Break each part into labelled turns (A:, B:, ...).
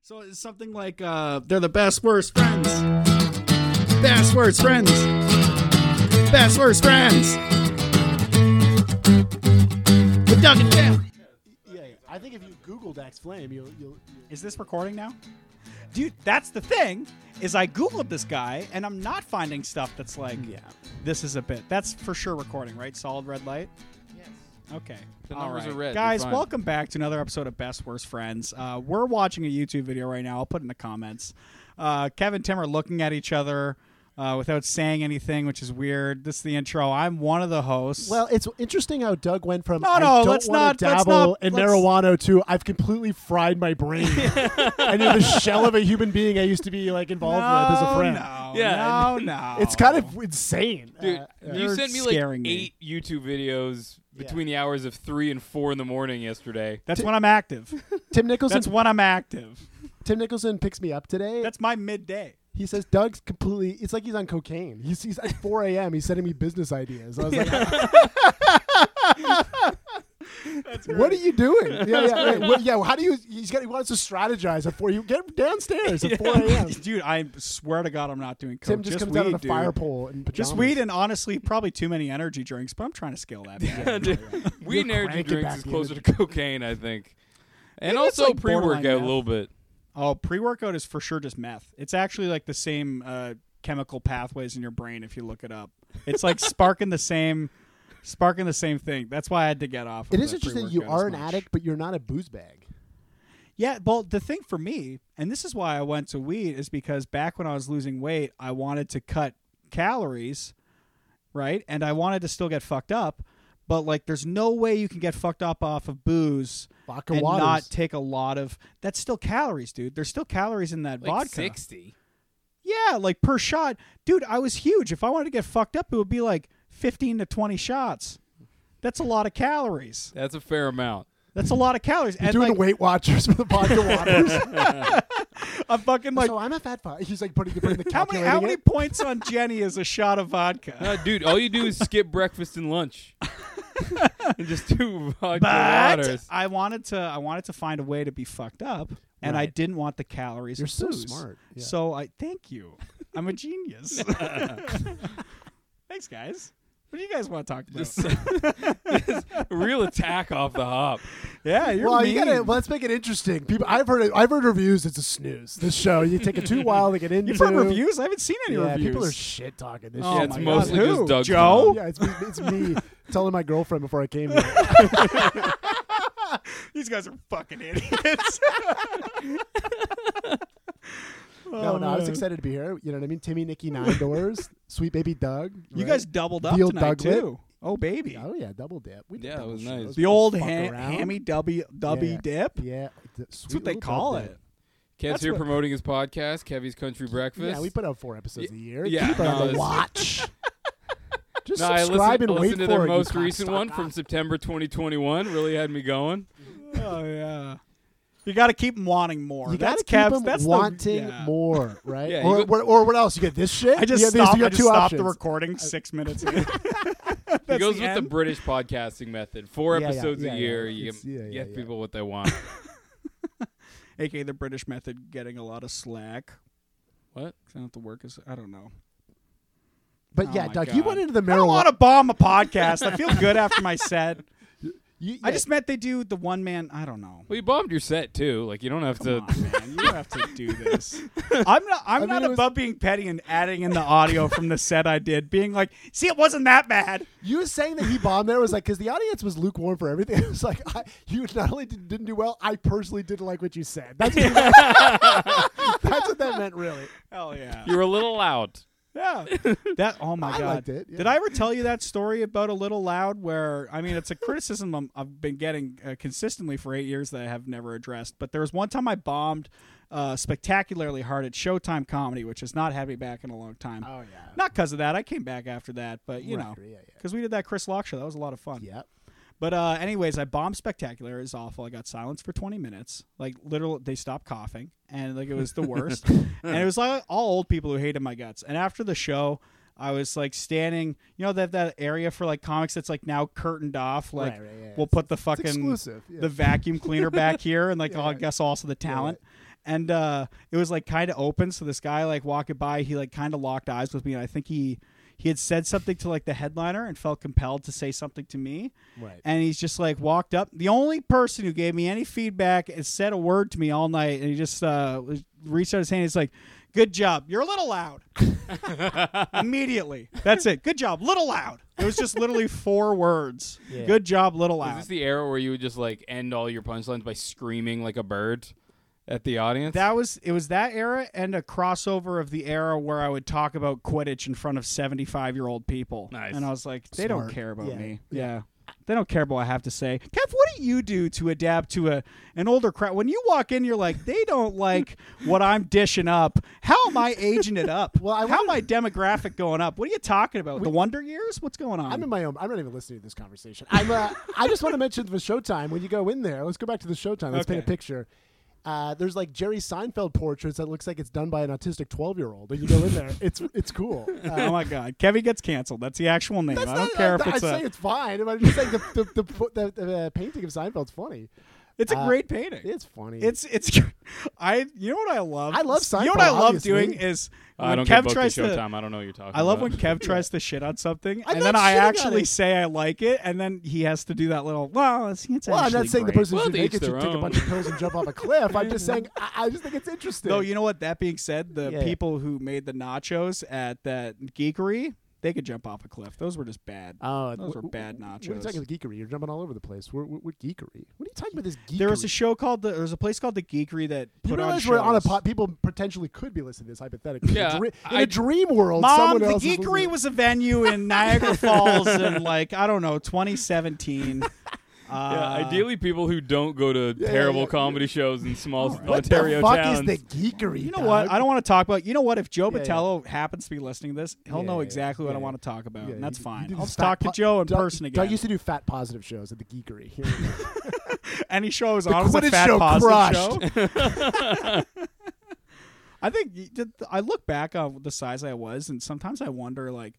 A: So it's something like uh, they're the best worst friends. Best worst friends. Best worst friends. With Doug and Jim.
B: Yeah, yeah. I think if you Googled X Flame, you'll, you'll,
C: Is this recording now? Dude, that's the thing. Is I googled this guy and I'm not finding stuff that's like,
B: yeah.
C: this is a bit. That's for sure recording, right? Solid red light. Okay.
D: The
C: All
D: numbers
C: right.
D: are red. You're
C: Guys,
D: fine.
C: welcome back to another episode of Best Worst Friends. Uh, we're watching a YouTube video right now. I'll put in the comments. Uh, Kevin and Tim are looking at each other uh, without saying anything, which is weird. This is the intro. I'm one of the hosts.
B: Well, it's interesting how Doug went from
C: No,
B: I
C: no,
B: don't
C: let's
B: wanna
C: not- let's
B: dabble
C: not-
B: in
C: let's-
B: marijuana to I've completely fried my brain. and you're the shell of a human being I used to be like
C: no,
B: involved with as a friend.
C: No,
D: Yeah.
C: no, no.
B: It's kind of insane.
D: Dude,
B: Uh,
D: you
C: You're
D: sent me like
C: scaring me.
D: eight YouTube videos between the hours of three and four in the morning yesterday.
C: That's when I'm active.
B: Tim Nicholson
C: That's when I'm active.
B: Tim Nicholson picks me up today.
C: That's my midday.
B: he says Doug's completely it's like he's on cocaine. He's, he's at 4 a.m. He's sending me business ideas. I was like What are you doing? Yeah, yeah, wait, what- yeah. How do you? He's got. He wants to strategize before you get downstairs at 4 a.m.
C: Dude, I swear to God, I'm not doing coke.
B: Tim just, comes
C: weed,
B: out of the
C: dude.
B: fire pole in pajamas.
C: Just weed and honestly, probably too many energy drinks, but I'm trying to scale that. back.
D: we and energy
B: crank it
D: drinks
B: back
D: is
B: in.
D: closer to cocaine, I think. And
C: Maybe it's,
D: also
C: like,
D: pre workout
C: borderline
D: a little bit.
C: Oh, pre-workout is for sure just meth. It's actually like the same uh, chemical pathways in your brain if you look it up. It's like sparking the same, sparking the same thing. That's why I had to get off.
B: It
C: of
B: is
C: the
B: interesting. You
C: pre-workout
B: are
C: as
B: an
C: much.
B: addict, but you're not a booze bag.
C: Yeah, well, the thing for me, and this is why I went to weed, is because back when I was losing weight, I wanted to cut calories, right? And I wanted to still get fucked up, but like, there's no way you can get fucked up off of booze
B: Vodka
C: and
B: waters.
C: not take a lot of. That's still calories, dude. There's still calories in that
D: Like
C: vodka.
D: 60.
C: Yeah, like per shot, dude. I was huge. If I wanted to get fucked up, it would be like 15 to 20 shots. That's a lot of calories.
D: That's a fair amount.
C: That's a lot of calories.
B: You're
C: and
B: doing
C: like,
B: Weight Watchers with the vodka waters.
C: I'm fucking like
B: so I'm a fat fuck. He's like putting, putting the
C: How many
B: calculating
C: how many
B: it.
C: points on Jenny is a shot of vodka?
D: No, dude, all you do is skip breakfast and lunch. and just do vodka
C: But
D: waters.
C: I wanted to I wanted to find a way to be fucked up, and I
B: Right.
C: didn't want the calories.
B: You're
C: of
B: so
C: booze.
B: smart. Yeah.
C: So I thank you. I'm a genius. Thanks, guys. What do you guys want to talk about?
D: Just, just real attack off the hop.
C: yeah, you're
B: well,
C: mean.
B: you gotta well, let's make it interesting. People, I've heard I've heard reviews. It's a snooze. This show, you take it too while to get into.
C: You've heard reviews? I haven't seen any
B: Yeah,
C: reviews.
B: people are shit talking this.
C: Oh
B: shit.
D: yeah, it's
C: my God.
D: mostly
C: Who?
D: just Doug.
C: Joe?
D: Clown.
B: Yeah, it's, me- it's me telling my girlfriend before I came here.
C: These guys are fucking idiots.
B: No,
C: Oh,
B: no, I was excited to be here. You know what I mean? Timmy, Nikki, Nine Doors, Sweet Baby Doug.
C: You
B: right?
C: guys doubled up
B: Deal
C: tonight
B: Douglit.
C: too. Oh baby,
B: Oh yeah, double dip. We did
D: Yeah, it
B: double
D: was
B: shows.
D: nice.
C: the
B: We
C: old
B: fuck
C: ham,
B: around.
C: hammy dubby dubby
B: Yeah.
C: dip.
B: Yeah, that's
C: That's what they call it.
D: Kev's
C: That's
D: here
C: what-
D: promoting his podcast, Kevy's Country Breakfast.
B: Yeah, we put out four episodes
D: Y-
B: a year.
D: yeah,
B: Keep it
D: no,
B: on the
D: this-
B: watch. Just
D: No, I
B: subscribe
D: listened,
B: and
D: I
B: wait
D: listened to
B: for
D: their
B: it, you
D: most recent
B: cocksucker.
D: one from September 2021. Really had me going.
C: Oh yeah. You got to keep 'em wanting more.
B: You
C: that's
B: gotta keep
C: Kev's-
B: 'em
C: that's the-
B: wanting
C: yeah.
B: more, right?
D: Yeah,
B: or,
D: you go-
B: what, or what else? You get this shit.
C: I just
B: yeah, these-
C: stopped,
B: You
C: I
B: got
C: just
B: two
C: stopped the
B: options.
C: recording six minutes ago.
D: It goes with the
C: end.
D: British podcasting method. Four
B: Yeah, yeah,
D: episodes
B: yeah,
D: a
B: yeah.
D: year. You
B: It's- yeah, yeah,
D: get
B: yeah.
D: people what they want.
C: AKA the British method getting a lot of slack.
D: what?
C: 'Cause I don't have to work as I don't know.
B: But
C: Oh
B: yeah,
C: my
B: Doug, you
C: God.
B: went into the
C: I don't
B: marijuana.
C: want to bomb a podcast. I feel good after my set.
B: you-
C: I
B: yeah,
C: just meant they do the one man. I don't know.
D: Well, you bombed your set too. Like you don't have
C: Come
D: to.
C: on, man. You have to do this. I'm not. I'm
B: mean,
C: not
B: it was-
C: above being petty and adding in the audio from the set I did, being like, "See, it wasn't that bad."
B: You saying that he bombed there was like because the audience was lukewarm for everything. It was like I, you not only did, didn't do well, I personally didn't like what you said. That's what, that's what that meant, really.
C: Hell yeah.
D: You were a little loud.
C: Yeah. That oh my
B: I
C: god.
B: liked it, yeah.
C: Did I ever tell you that story about a little loud where I mean it's a criticism I'm, I've been getting uh, consistently for 8 years that I have never addressed, but there was one time I bombed uh, spectacularly hard at Showtime Comedy, which has not had me back in a long time.
B: Oh yeah.
C: Not cuz of that. I came back after that, but you
B: Right,
C: know.
B: yeah, yeah.
C: Cuz we did that Chris Lock show. That was a lot of fun.
B: Yep.
C: But uh, anyways, I bombed spectacular. It was awful. I got silenced for 20 minutes. Like literal, they stopped coughing, and like it was the worst. and it was like all old people who hated my guts. And after the show, I was like standing, you know, that that area for like comics that's like now curtained off. Like
B: Right, right, yeah.
C: we'll put the fucking
B: exclusive, yeah.
C: the vacuum cleaner back here, and like
B: Yeah,
C: oh, I
B: yeah.
C: guess also the talent. and uh, it was like kind of open. So this guy like walking by, he like kind of locked eyes with me, and I think he he had said something to like the headliner and felt compelled to say something to me.
B: Right.
C: And he's just like walked up. The only person who gave me any feedback and said a word to me all night, and he just uh, was- reached out his hand. He's like, "Good job. You're a little loud." Immediately. That's it. Good job. Little loud. It was just literally four words.
B: Yeah.
C: Good job. Little
D: Is
C: loud.
D: this the era where you would just like end all your punchlines by screaming like a bird at the audience?
C: That was it was that era and a crossover of the era where I would talk about Quidditch in front of 75-year-old people.
D: Nice.
C: And I was like, they don't
B: Smart.
C: care about
B: Yeah.
C: me. Yeah. They don't care about what I have to say. Kev, what do you do to adapt to a an older crowd? When you walk in, you're like, they don't like what I'm dishing up. How am I aging it up?
B: Well, I
C: How am I demographic going up? What are you talking about? the Wonder Years? What's going on?
B: I'm in my own. I'm not even listening to this conversation. I'm. Uh, I just want to mention the Showtime. When you go in there, let's go back to the Showtime. Let's paint a
C: Okay.
B: picture. Uh, there's like Jerry Seinfeld portraits that looks like it's done by an autistic 12 year old. And you go in there, it's it's cool. Uh,
C: oh my god, Kevin gets canceled. That's the actual name. I don't care if
B: I,
C: it's
B: I
C: a.
B: say it's fine. I'm just saying the the, the, the, the, uh, painting of Seinfeld's funny.
C: it's a
B: uh,
C: great painting.
B: It's funny.
C: It's it's I you know what I love?
B: I love
C: You know what I
B: Seinfeld,
C: love
B: obviously.
C: doing is when
D: I don't
C: Kev
D: get booked
C: tries
D: to Showtime. I don't know what you're talking.
C: I love
D: about.
C: when Kev tries to shit on something
B: I'm
C: and then
B: not
C: I
B: shitting on
C: actually
B: it.
C: say I like it and then he has to do that little well, it's, it's
B: well, I'm
C: actually
B: not saying the
C: great."
B: person
D: Well,
B: who
D: to
B: make
D: each
B: it should
D: their
B: take a
D: own.
B: bunch of pills and jump off a cliff. I'm just saying. I, I just think it's interesting.
C: Though you know what that being said, the
B: Yeah.
C: people who made the nachos at that geekery, they could jump off a cliff. Those were just bad.
B: Oh,
C: Those
B: wh-
C: were
B: wh-
C: bad
B: What are you
C: nachos.
B: talking about geekery? You're jumping all over the place. We're, we're, we're geekery. What are you talking about this geekery?
C: there was a show called the there was a place called the geekery that
B: You
C: put on
B: realize
C: shows.
B: we're on a pot. People potentially could be listening to this hypothetically.
D: Yeah,
B: in, a dre- in
D: I-
B: a dream world,
C: Mom,
B: someone
C: the
B: else is
C: Geekery
B: listening.
C: was a venue in Niagara Falls in like I don't know Uh, 2017. Uh,
D: Yeah, ideally people who don't go to
B: uh, yeah,
D: terrible
B: yeah.
D: comedy shows in small
B: What
D: Ontario
B: the fuck
D: towns.
B: is the geekery?
C: You know what? I don't want to talk about. You know what? If Joe
B: Yeah, yeah.
C: Batello happens to be listening to this, he'll
B: Yeah,
C: know
B: yeah,
C: exactly what
B: yeah.
C: I want to talk about, and that's fine. I'll just
B: just
C: talk to Joe in person again.
B: Doug used to do fat positive shows at the geekery. Here we go.
C: Any show I was
B: The
C: on was a
B: Quidditch
C: fat
B: show
C: positive
B: crushed.
C: show. I think you did- I look back on the size I was, and sometimes I wonder like.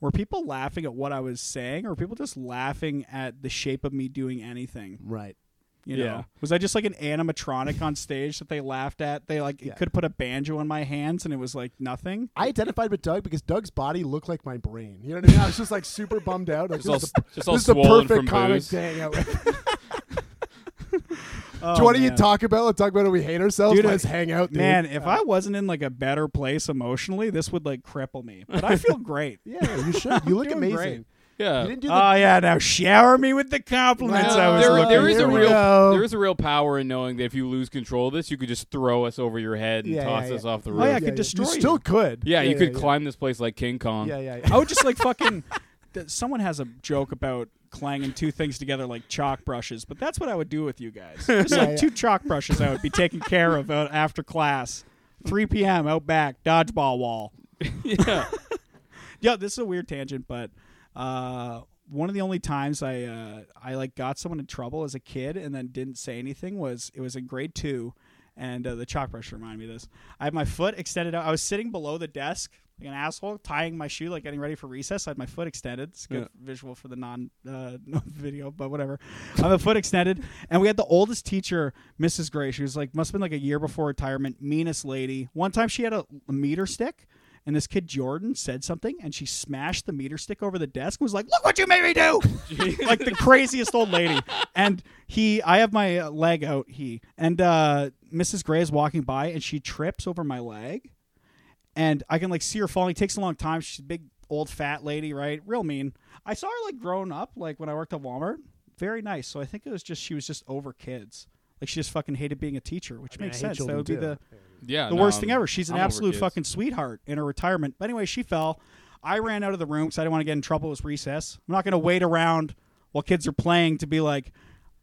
C: Were people laughing at what I was saying, or were people just laughing at the shape of me doing anything?
B: right.
C: You
D: Yeah.
C: know, was I just like an animatronic on stage that they laughed at? They like
B: Yeah.
C: could put a banjo in my hands and it was like nothing.
B: I identified with Doug because Doug's body looked like my brain. You know what I mean? I was just like super bummed out. Like,
D: Just all,
B: this is the,
D: just all
B: this is the
D: swollen
B: perfect
D: from
B: comic
D: booze.
B: day. Yeah, like,
C: Oh,
B: do you want to
C: man.
B: talk about? Let's talk about it. We hate ourselves.
C: Dude,
B: Let's
C: I-
B: hang out, dude. Uh,
C: Man, if I wasn't in like a better place emotionally, this would like cripple me. But I feel great.
B: Yeah, you should. You look
C: doing
B: amazing.
C: great.
B: You
D: Yeah. Uh,
B: didn't do the
C: Oh yeah, now shower me with the compliments I
B: Well,
C: was
D: there,
C: looking
D: there is
B: Here
D: a
C: for.
B: we
D: real
B: go.
D: there is a real power in knowing that if you lose control of this, you could just throw us over your head and
B: Yeah,
D: toss
B: yeah,
D: us
B: yeah.
D: off the
C: Oh,
D: roof.
C: yeah, I could destroy
B: You
C: you.
B: still could. Oh,
D: Yeah, you could
B: yeah.
D: climb this place like King Kong.
B: Yeah, yeah, yeah.
C: I would just like fucking. th- Someone has a joke about clanging two things together like chalk brushes, but that's what I would do with you guys. Just
B: Yeah,
C: like
B: yeah.
C: two chalk brushes I would be taking care of out after class, 3 p.m. out back, dodgeball wall.
D: Yeah.
C: yeah, this is a weird tangent, but uh, one of the only times I uh, I like got someone in trouble as a kid and then didn't say anything was it was in grade two, and uh, the chalk brush reminded me of this. I had my foot extended out. I was sitting below the desk like an asshole, tying my shoe, like getting ready for recess. I had my foot extended. It's a good visual for the non uh, no video, but whatever. I had my foot extended, and we had the oldest teacher, Mrs. Gray. She was like must have been like a year before retirement, meanest lady. One time she had a, a meter stick and this kid Jordan said something, and she smashed the meter stick over the desk. and Was like, "Look what you made me do!" like the craziest old lady. And he, I have my uh, leg out. He and uh, Mrs. Gray is walking by, and she trips over my leg, and I can like see her falling. It takes a long time. She's a big old fat lady, right? Real mean. I saw her like grown up, like when I worked at Walmart. Very nice. So I think it was just she was just over kids. Like she just fucking hated being a teacher, which
B: mean,
C: makes
B: I hate
C: sense. That
B: children
C: would be
B: too.
C: the
D: yeah.
C: the
D: no, um,
C: worst
D: I'm-
C: thing ever. She's an
D: I'm over
C: absolute
D: kids.
C: fucking sweetheart in her retirement. But anyway, she fell. I ran out of the room because I didn't want to get in trouble. It was recess. I'm not going to wait around while kids are playing to be like,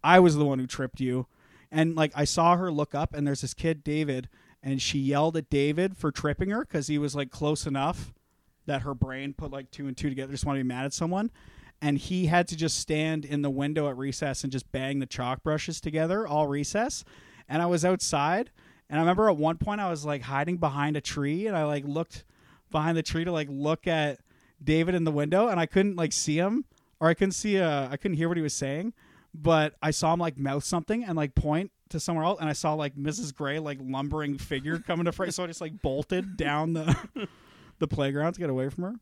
C: I was the one who tripped you. And like, I saw her look up, and there's this kid, David, and she yelled at David for tripping her because he was like close enough that her brain put like two and two together. Just want to be mad at someone. And he had to just stand in the window at recess and just bang the chalk brushes together all recess. And I was outside. And I remember at one point I was like hiding behind a tree and I like looked behind the tree to like look at David in the window and I couldn't like see him or I couldn't see uh I couldn't hear what he was saying, but I saw him like mouth something and like point to somewhere else, and I saw like Mrs. Gray like lumbering figure coming to frame. So I just like bolted down the the playground to get away from her.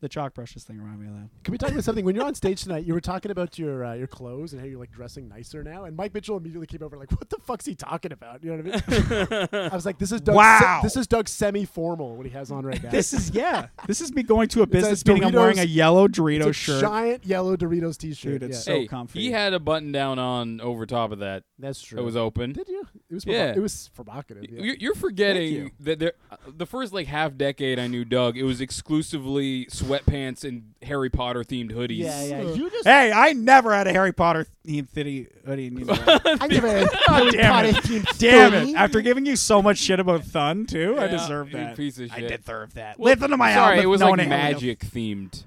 C: The chalk brushes thing reminded me of that.
B: Can we talk about something? When you're on stage tonight, you were talking about your uh, your clothes and how you're like dressing nicer now. And Mike Mitchell immediately came over like, "What the fuck's he talking about?" You know what I mean? I was like, "This is Doug
C: Wow.
B: this is Doug semi formal what he has on right now.
C: This is yeah. This is me going to a business
B: says
C: meeting. I'm wearing
B: Doritos-
C: a yellow
B: It's
C: Dorito
B: a
C: shirt.
B: giant yellow Doritos T-shirt.
C: Dude, it's
B: yeah.
C: so
D: hey,
C: comfy.
D: He had a button down on over top of that.
B: That's true.
D: It was open.
B: Did you? It was.
D: Yeah.
B: Provo- it was provocative. Yeah.
D: You're, you're forgetting
C: you.
D: that there, uh, the first like half decade I knew Doug, it was exclusively sweatpants and Harry Potter themed hoodies.
B: yeah, yeah. You just.
C: hey, I never had a Harry Potter themed thitty hoodie. in either way.
B: I never had
C: damn it.
B: themed
C: Damn it! After giving you so much shit about Thun too, I
D: Yeah,
C: deserve
D: you
C: that.
D: piece of
C: I
D: shit.
C: deserve that.
D: Well,
C: Listen to my
D: Sorry,
C: album.
D: it was
C: No
D: like
C: one-
D: magic themed.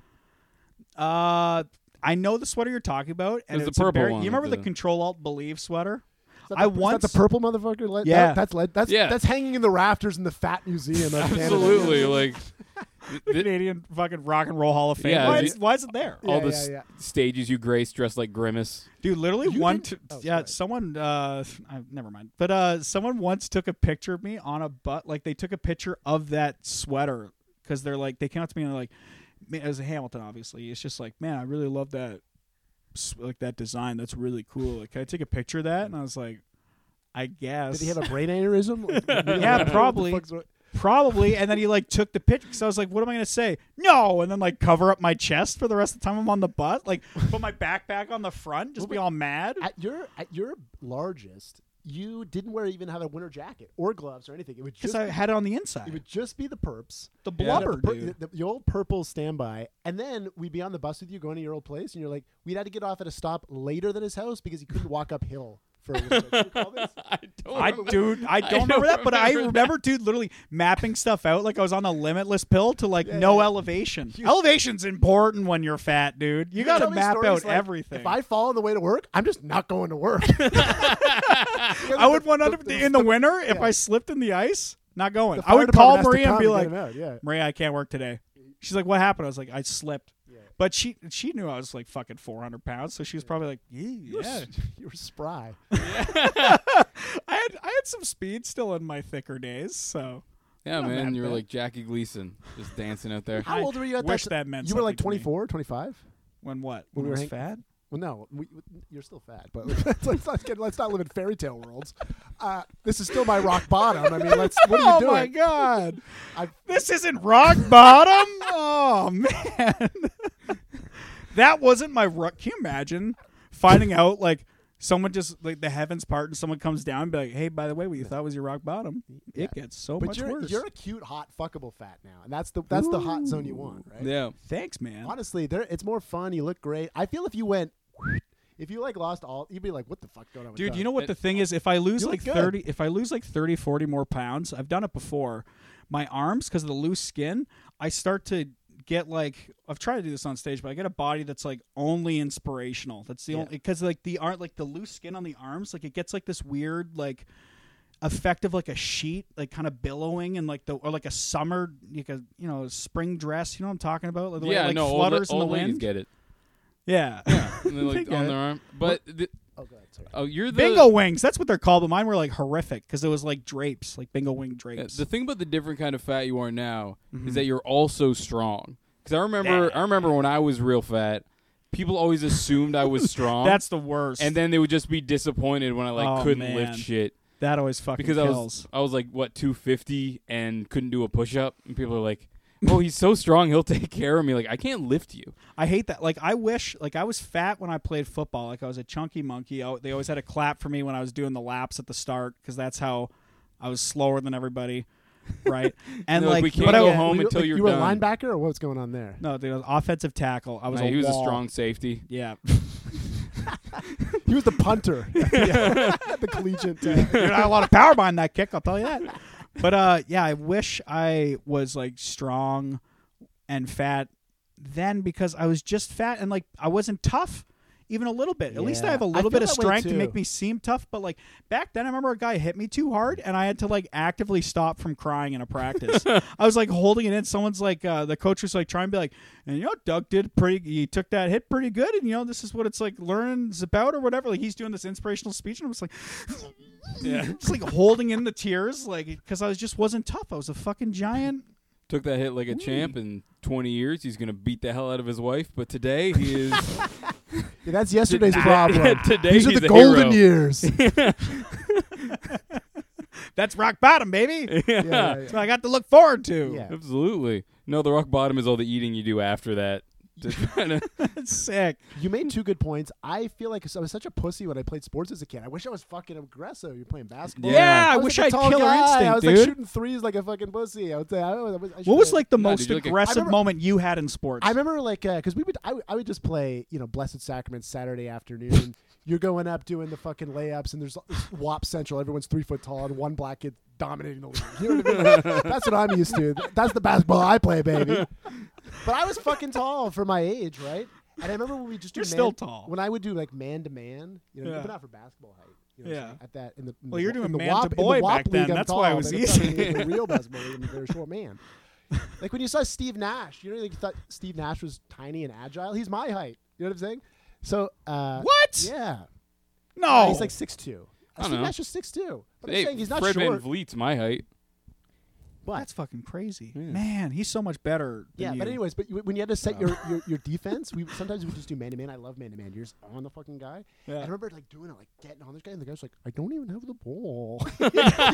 C: Uh, I know the sweater you're talking about, and
D: was the
C: it's a
D: purple
C: very-
D: one
C: You
D: with
C: remember the
D: the-
C: Control Alt Believe sweater?
B: Is that
C: I
B: the,
C: once
B: is that the purple motherfucker. Like,
C: Yeah.
B: that, that's lead. That's
D: Yeah.
B: that's hanging in the rafters in the Fat Museum. of Canada.
D: Absolutely, like th- th-
C: Canadian fucking rock and roll Hall of Fame.
D: Yeah,
C: why,
D: the-
C: is, why is it there?
B: Yeah,
D: all the
B: yeah,
D: s-
B: yeah.
D: stages you grace dressed like grimace.
C: Dude, literally
B: You
C: one. T-
B: didn't- oh,
C: yeah,
B: sorry.
C: someone. Uh, I, never mind. But uh, someone once took a picture of me on a butt. Like they took a picture of that sweater because they're like they came up to me and they're like, man, as a Hamilton, obviously, it's just like, man, I really love that, s- like that design. That's really cool. Like, can I take a picture of that? And I was like, I guess.
B: Did he have a brain aneurysm? Like, did he have-
C: Yeah,
B: what the
C: probably.
B: fuck's wrong-
C: Probably. And then he like took the picture because I was like, what am I going to say? No. And then like cover up my chest for the rest of the time I'm on the butt. Like put my backpack on the front, just be all mad.
B: at your at your largest, you didn't wear even have a winter jacket or gloves or anything. It would
C: Because
B: just
C: I had it on the
B: it
C: inside.
B: would just be the perps.
C: The
D: Yeah.
C: blubber,
B: the, pur-
C: dude.
B: the- the old purple standby, and then we'd be on the bus with you going to your old place, and you're like, we'd had to get off at a stop later than his house because he couldn't walk uphill. For it was like, "Do you recall this?"
D: I don't.
C: I dude, I don't remember that, but I remember dude literally mapping stuff out like I was on a limitless pill to like
B: Yeah,
C: no
B: yeah.
C: elevation. Elevation's important when you're fat, dude. You,
B: You
C: gotta
B: tell me
C: map
B: stories
C: out
B: like,
C: everything.
B: If I fall on the way to work, I'm just not going to work. You know,
C: I would
B: the-
C: want
B: the-
C: to in the winter if I slipped in the ice, not going.
B: the
C: I would
B: fire
C: call
B: department
C: Maria
B: has
C: and
B: to
C: be
B: come
C: like,
B: to get him out,
C: Maria, I can't work today. She's like, what happened? I was like, I slipped.
B: Yeah.
C: But she she knew I was like fucking 400 pounds, so she was probably like,
B: yeah,
C: yeah.
B: you were, s- you were spry.
C: I had I had some speed still in my thicker days, so
D: Yeah,
C: not
D: man,
C: mad
D: you were
C: at that.
D: like Jackie Gleason, just dancing out there.
B: How
C: I
B: old were you at
C: wish
B: that?
C: that meant
B: you were like
C: something to me.
B: 24, 25.
C: when what? When,
B: When we
C: I was
B: were
C: fat?
B: Well, no, we, we- you're still fat, but let's, let's not get, let's not live in fairy tale worlds. Uh, this is still my rock bottom. I mean, let's. What are you
C: oh
B: doing?
C: my god.
B: I-
C: This isn't rock bottom. oh man. that wasn't my rock. Can you imagine finding out like someone just like the heavens part and someone comes down and be like, "Hey, by the way, what you thought was your rock bottom, it gets so
B: But
C: much
B: you're
C: worse."
B: you're a cute, hot, fuckable fat now, and that's the that's the hot zone you want, right?
D: Yeah.
C: Thanks, man.
B: Honestly, there it's more fun. You look great. I feel if you went, if you like lost all, you'd be like, what the fuck going on, with
C: Dude,
B: Doug?
C: you know what the thing is? If I lose
B: You
C: like
B: look good.
C: 30, if I lose like 30, 40 more pounds, I've done it before. My arms, because of the loose skin, I start to get like, I've tried to do this on stage, but I get a body that's like only inspirational. That's the only, because like the art, like the loose skin on the arms, like it gets like this weird, like, effect of like a sheet like kind of billowing and like the or like a summer like a you know spring dress you know what i'm talking about like the way it,
D: yeah,
C: like
D: no, old,
C: flutters
D: old
C: in the
D: ladies
C: wind
D: get it.
C: yeah,
D: And they're,
C: They
D: like
C: get
D: on
C: it.
D: their arm. But the,
B: Oh god, sorry.
D: oh, you're the
C: bingo wings that's what they're called but mine were like horrific because it was like drapes like bingo wing
D: Yeah,
C: drapes
D: The thing about the different kind of fat you are now
C: Mm-hmm.
D: is that you're also strong. Because I remember, I remember when I was real fat, people always assumed I was strong.
C: That's the worst.
D: and then they would just be disappointed when I like
C: Oh,
D: couldn't
C: man.
D: lift shit
C: that always fucking
D: because I was
C: kills.
D: I was like what 250 and couldn't do a push up, and people are like, "Oh, he's so strong, he'll take care of me." Like I can't lift you.
C: I, hate that. Like I wish. Like I was fat when I played football. Like I was a chunky monkey. I, they always had a clap for me when I was doing the laps at the start because that's how I was slower than everybody, right? And
D: They're like,
C: like,
D: "We can't
C: but I
D: go
C: was-
D: home
B: Were you,
D: until
B: like,
D: you're
B: you were a
D: done.
B: linebacker, or what's going on there?
C: No, dude, I was offensive tackle. I was.
D: Nah,
C: a
D: he was
C: wall.
D: a strong safety.
C: Yeah,
B: He was the punter, Yeah. the collegiate. Uh,
C: Dude, I had a lot of power behind that kick. I'll tell you that. But uh, yeah, I wish I was like strong and fat then because I was just fat and like I wasn't tough. even a little bit. At least I
B: Yeah.
C: have a
B: I
C: little
B: feel
C: bit of
B: that way
C: strength to
B: too.
C: make me seem tough. But like back then, I remember a guy hit me too hard, and I had to like actively stop from crying in a practice. I was like holding it in. Someone's like uh, the coach was like trying to be like, and you know, Doug did pretty. He took that hit pretty good, and you know, this is what it's like learning's about or whatever. Like he's doing this inspirational speech, and I was like, yeah, it's like holding in the tears, like because I was just wasn't tough. I was a fucking giant.
D: Took that hit like a champ. In 20 years, he's gonna beat the hell out of his wife. But today he is.
B: Yeah, that's yesterday's problem.
D: today
B: These are
D: he's
B: the
D: a
B: golden
D: hero.
B: years. yeah,
C: That's rock bottom, baby.
B: yeah, yeah.
C: That's what I got to look forward to.
B: Yeah.
D: Absolutely. No, the rock bottom is all the eating you do after that. To try to-
C: That's sick.
B: You made two good points. I feel like I was such a pussy when I played sports as a kid. I wish I was fucking aggressive. You're playing basketball.
D: Yeah.
C: Yeah, I,
B: was
C: wish
B: like
C: I'd
B: a tall
C: killer
B: guy.
C: instinct,
B: I was
C: dude.
B: like shooting threes like a fucking pussy. I would say. I, was- I, was- I
C: what
B: should've-
C: was like the
D: No,
C: most
D: dude, you look like-
C: aggressive
B: I remember-
C: moment you had in sports?
B: I remember like because we would I, would- I would just play you know Blessed Sacrament Saturday afternoon. You're going up doing the fucking layups, and there's it's WAP Central. Everyone's three foot tall, and one black kid dominating the league. You know what I mean? Like, that's what I'm used to. That's the basketball I play, baby. But I was fucking tall for my age, right? And I remember when we just do
C: You're
B: man,
C: still tall.
B: when I would do like man to man, you know,
C: Yeah.
B: but not for basketball height. You know what I'm
C: Yeah.
B: saying? At that in the in
C: Well,
B: the
C: you're
B: wa-
C: doing
B: in the
C: man to
B: WAP, in the
C: boy
B: WAP
C: back then.
B: league, I'm
C: That's why it
B: tall,
C: was
B: but it's not
C: easy.
B: really the real basketball league, I'm a very short man. Like when you saw Steve Nash, you know, like you thought Steve Nash was tiny and agile. He's my height. You know what I'm saying? So uh,
C: What?
B: Yeah.
C: No,
B: he's like six two.
D: Oh. I don't
B: Steve
D: know.
B: Nash is six two. But I'm
D: hey,
B: saying he's not
D: Fred
B: short.
D: Van Vliet's my height.
B: but
C: that's fucking crazy,
D: Yeah.
C: man. He's so much better. Than
B: yeah,
C: you.
B: but anyways, but you, when you had to set your, your, your defense, we sometimes we just do man to man. I love man to man. You're just on the fucking guy.
C: Yeah.
B: I remember like doing it, like getting on this guy, and the guy's like, "I don't even have the ball." he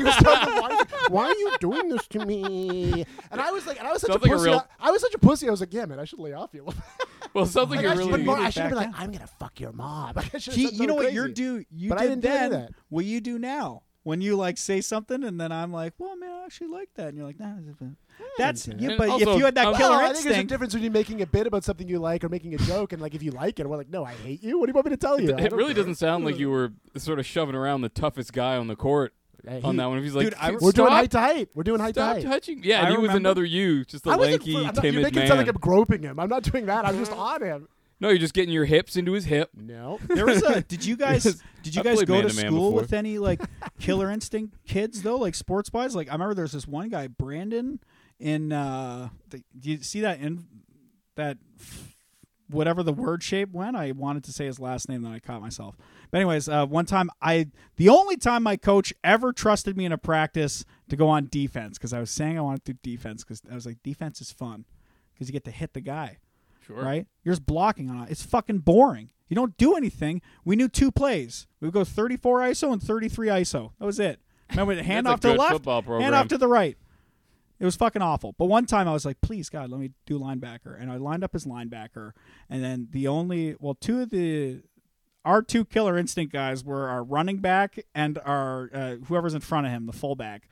B: was telling the why, why are you doing this to me? And I was like, and I was such
D: Sounds
B: a
D: like a
B: pussy.
D: real-
B: I, I was such a pussy. I was like, "Yeah, man, I should lay off you." a little bit."
D: Well, sounds like
B: Like,
D: you're
B: I, should-
D: really.
B: but more- I
C: needed
B: should have been
C: back
B: like, "I'm gonna fuck your mom." I should've
C: he,
B: said
C: you know
B: something
C: what you're
B: crazy.
C: do you
B: But
C: did
B: I didn't do any
C: then
B: of that.
C: what you do now when you like say something and then I'm like, well, man, I actually like that, and you're like, nah, it's- that's
B: And
C: yeah, but
D: also,
C: if you had that
D: I'm-
B: Well,
C: killer
B: I think there's a
C: instinct,
B: difference between making a bit about something you like or making a joke, and like if you like it, we're like, "No, I hate you." What do you want me to tell you? I
D: It
B: don't
D: really
B: care.
D: doesn't sound like you were sort of shoving around the toughest guy on the court
B: Hey,
D: on
B: he-
D: that one. If he's like,
C: Dude, I-
B: We're doing
D: "Stop-
B: height to height. We're doing height to
D: Stop
B: height.
D: touching. Yeah, and
C: I
D: he was
C: remember-
D: another you, just a
B: I wasn't
D: lanky,
B: fr- I'm not, You're
D: timid
B: making
D: man.
B: it sound like I'm groping him. I'm not doing that. I'm just on him.
D: no, you're just getting your hips into his hip.
B: No.
C: there was a. Did you guys? Did you
D: I
C: guys
D: played
C: go to
D: man-to-man
C: school
D: before.
C: with any like killer instinct kids though, like sports wise? Like I remember there's this one guy, Brandon, in uh, the, do you see that in that f- whatever the word shape went? I wanted to say his last name, then I caught myself. But anyways, uh, one time I, the only time my coach ever trusted me in a practice to go on defense because I was saying I wanted to do defense because I was like defense is fun because you get to hit the guy
D: Sure.
C: right? You're just blocking on it. It's fucking boring. You don't do anything. We knew two plays. We would go 34 ISO and 33 ISO. That was it. Remember, the hand
D: That's a
C: off to the
D: good
C: left,
D: football program.
C: hand off to the right. It was fucking awful. But one time I was like, please, God, let me do linebacker. And I lined up as linebacker. And then the only, well, two of the, our two killer instinct guys were our running back and our, uh, whoever's in front of him, the fullback.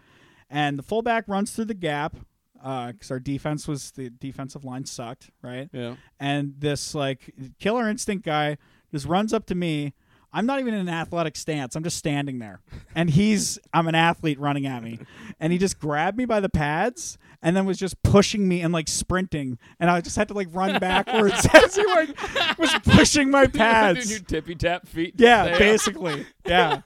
C: And the fullback runs through the gap because our defense was, the defensive line sucked, right?
D: Yeah.
C: and this like killer instinct guy just runs up to me. I'm not even in an athletic stance. I'm just standing there. And he's I'm an athlete running at me. And he just grabbed me by the pads and then was just pushing me and like sprinting. And I just had to like run backwards as he like was pushing my
D: Doing your
C: pads.
D: tippy tap feet.
C: Yeah,
D: Damn.
C: basically. Yeah.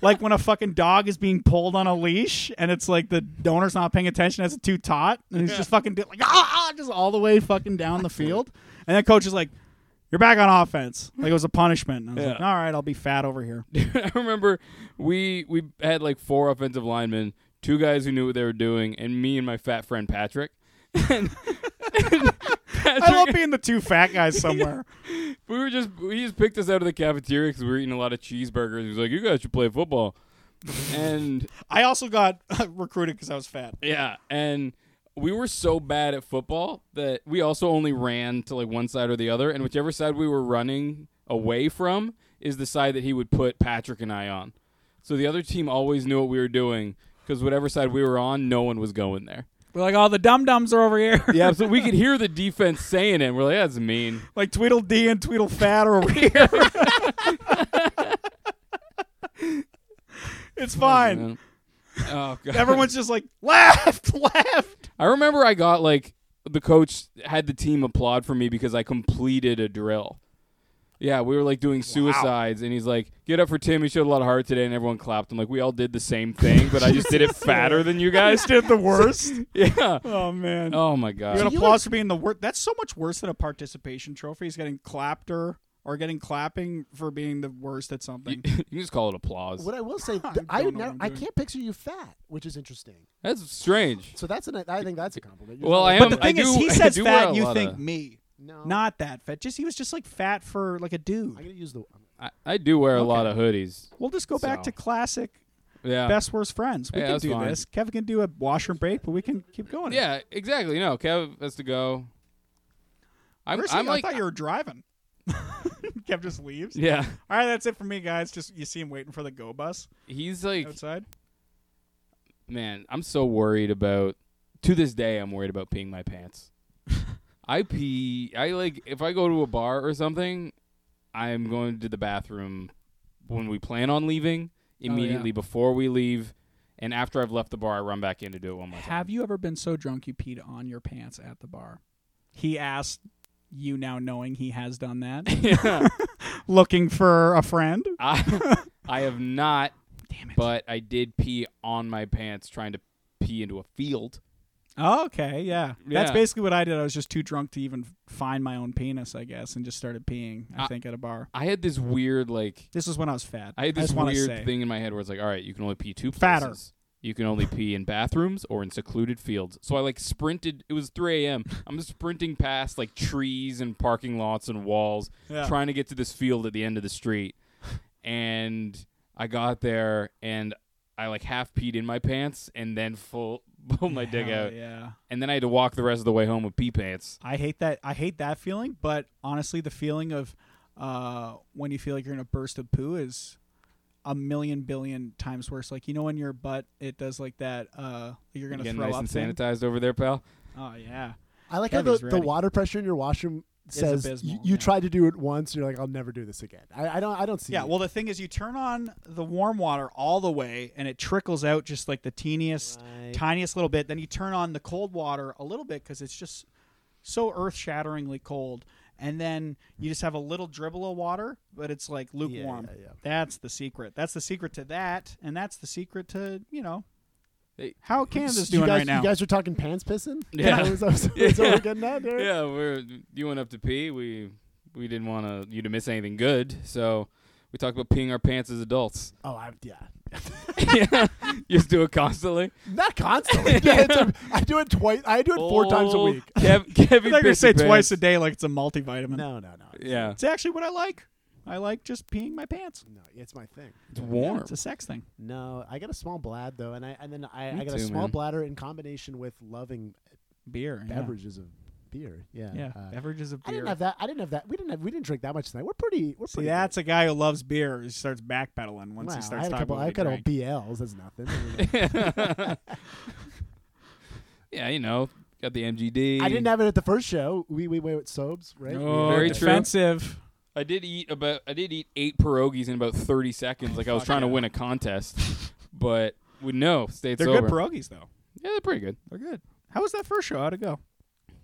C: Like when a fucking dog is being pulled on a leash and it's like the owner's not paying attention as it's too taut and he's just fucking do- like ah, ah just all the way fucking down the field. And then coach is like, You're back on offense. Like it was a punishment. And I was like,
D: Yeah.
C: All right, I'll be fat over here.
D: I remember we we had like four offensive linemen, two guys who knew what they were doing, and me and my fat friend Patrick. And, and
C: I love
D: Patrick,
C: being the two fat guys somewhere.
D: we were just he just picked us out of the cafeteria because we were eating a lot of cheeseburgers. He was like, "You guys should play football," and
C: I also got recruited because I was fat.
D: yeah, and we were so bad at football that we also only ran to like one side or the other, and whichever side we were running away from is the side that he would put Patrick and I on. So the other team always knew what we were doing because whatever side we were on, no one was going there.
C: We're like, all the dum dums are over here.
D: Yeah, so we could hear the defense saying it. We're like, that's mean.
C: like Tweedledee and Tweedlefat are over here. it's fine.
D: Oh, God.
C: Everyone's just like left, left.
D: I remember I got like the coach had the team applaud for me because I completed a drill. Yeah, we were like doing suicides, and he's like, "Get up for Tim." He showed a lot of heart today, and everyone clapped. I'm like, "We all did the same thing, but I just did it fatter than you guys did."
C: the worst.
D: Yeah.
C: oh man.
D: Oh my
C: You
D: god.
C: got applause for being the worst. That's so much worse than a participation trophy. He's getting clapped or or getting clapping for being the worst at something.
D: You can just call it applause.
B: What I will say,
C: I
B: th- I,
C: don't
B: would
C: know what
B: never,
C: I'm
B: I
C: doing.
B: can't picture you fat, which is interesting.
D: That's strange.
B: So that's an, I think that's a compliment. You're
D: Well,
B: probably-
D: I
C: but
D: am.
C: the thing
D: I
C: is,
D: do-
C: he
D: I
C: says
D: do wear
C: fat.
D: a
C: You
D: lot
C: think
D: of-
C: me,
B: No,
C: not that fat. Just he was just like fat for like a
B: I'm
C: dude.
B: gonna use the.
D: I, I do wear a lot of hoodies.
C: We'll just go back
D: So.
C: to classic
D: Yeah.
C: best worst friends. We
D: Yeah,
C: can
D: that's
C: do
D: fine.
C: this. Kevin can do a washer and break, but we can keep going.
D: Yeah. Exactly. No, Kev has to go. I'm,
C: Chrissy,
D: I'm
C: I
D: like,
C: thought you were driving. Kev just leaves.
D: yeah.
C: All right, that's it for me, guys. Just you see him waiting for the go bus
D: He's like,
C: outside.
D: man, I'm so worried about. To this day, I'm worried about peeing my pants. I pee. I like if I go to a bar or something, I'm going to the bathroom when we plan on leaving immediately before we leave, and after I've left the bar, I run back in to do it one more time.
C: Have you ever been so drunk you peed on your pants at the bar? He asked you now knowing he has done that,
D: Yeah.
C: looking for a friend.
D: I, I have not,
C: Damn it.
D: but I did pee on my pants trying to pee into a field.
C: Oh, okay, yeah. That's
D: Yeah.
C: basically what I did. I was just too drunk to even find my own penis, I guess, and just started peeing, I
D: I-
C: think, at a bar.
D: I had this weird like
C: This is when I was fat.
D: I had
C: I
D: this
C: just wanna say.
D: weird thing in my head where it's like, all right, you can only pee two
C: Fatter.
D: places. You can only pee in bathrooms or in secluded fields. So I like sprinted. It was 3 a.m. I'm sprinting past like trees and parking lots and walls,
C: Yeah.
D: trying to get to this field at the end of the street. And I got there and I like half peed in my pants and then full pulled my dick
C: Hell
D: out.
C: Yeah.
D: And then I had to walk the rest of the way home with pee pants.
C: I hate that. I hate that feeling. But honestly, the feeling of uh, when you feel like you're in a burst of poo is a million billion times worse. Like you know, when your butt it does like that. Uh, you're gonna
D: Getting
C: throw
D: nice
C: up.
D: and
C: thing.
D: sanitized over there, pal.
C: Oh yeah.
B: I like how the,
C: Kevin's
B: the
C: ready.
B: water pressure in your washroom says y-
C: abysmal,
B: you
C: yeah.
B: try to do it once, you're like, I'll never do this again. I, I don't, I don't see.
C: Yeah.
B: it.
C: Well, the thing is, you turn on the warm water all the way, and it trickles out just like the teeniest,
B: Right.
C: tiniest little bit. Then you turn on the cold water a little bit because it's just so earth-shatteringly cold. And then you just have a little dribble of water, but it's like
B: yeah,
C: lukewarm.
B: yeah, yeah.
C: That's the secret. That's the secret to that, and that's the secret to you know
D: Hey,
C: how Canada's
B: you
C: doing
B: guys,
C: right now.
B: You guys are talking pants pissing.
D: Yeah.
B: Is that- is that- is that what
D: Yeah.
B: we're getting at, Derek?
D: yeah, we're you went up to pee. We we didn't want to, you to miss anything good, so we talked about peeing our pants as adults.
B: Oh, I'm, yeah.
D: yeah, you just do it constantly.
B: Not constantly. Yeah, it's a- I do it twice. I do it four times a
D: Old
B: week.
D: Kev, Kevin,
C: I say
D: pissy
C: twice a
D: pants.
C: day like it's a multivitamin.
B: No, no, no.
D: Yeah,
C: It's actually what I like. I like just peeing my pants.
B: No, it's my thing.
D: it's warm.
C: It's a sex thing.
B: No, I got a small bladder though, and I and then I,
D: Me
B: I got a
D: too,
B: small
D: man.
B: bladder in combination with loving
C: Beer. yeah.
B: beverages of beer. Yeah.
C: Yeah.
B: uh,
C: Beverages of
B: I
C: beer.
B: didn't have that. I didn't have that. We didn't have. We didn't drink that much tonight. We're pretty. We're
C: See,
B: pretty.
C: that's a guy who loves beer. He starts backpedaling
B: good.
C: once
B: Wow,
C: he
B: I
C: starts
B: had a
C: talking
B: couple.
C: about
B: I
C: what he
B: got all
C: drank.
B: BLs. That's nothing.
D: yeah, you know, got the MGD.
B: I didn't have it at the first show. We we went with Sobes, right?
C: Oh,
D: Very true.
C: defensive.
D: I did eat about. I did eat eight pierogies in about thirty seconds. Like I was
C: Fuck
D: trying to
C: yeah.
D: win a contest, but we no stayed
C: They're
D: sober.
C: good pierogies though.
D: yeah, they're pretty good.
C: They're good. How was that first show? How'd it go?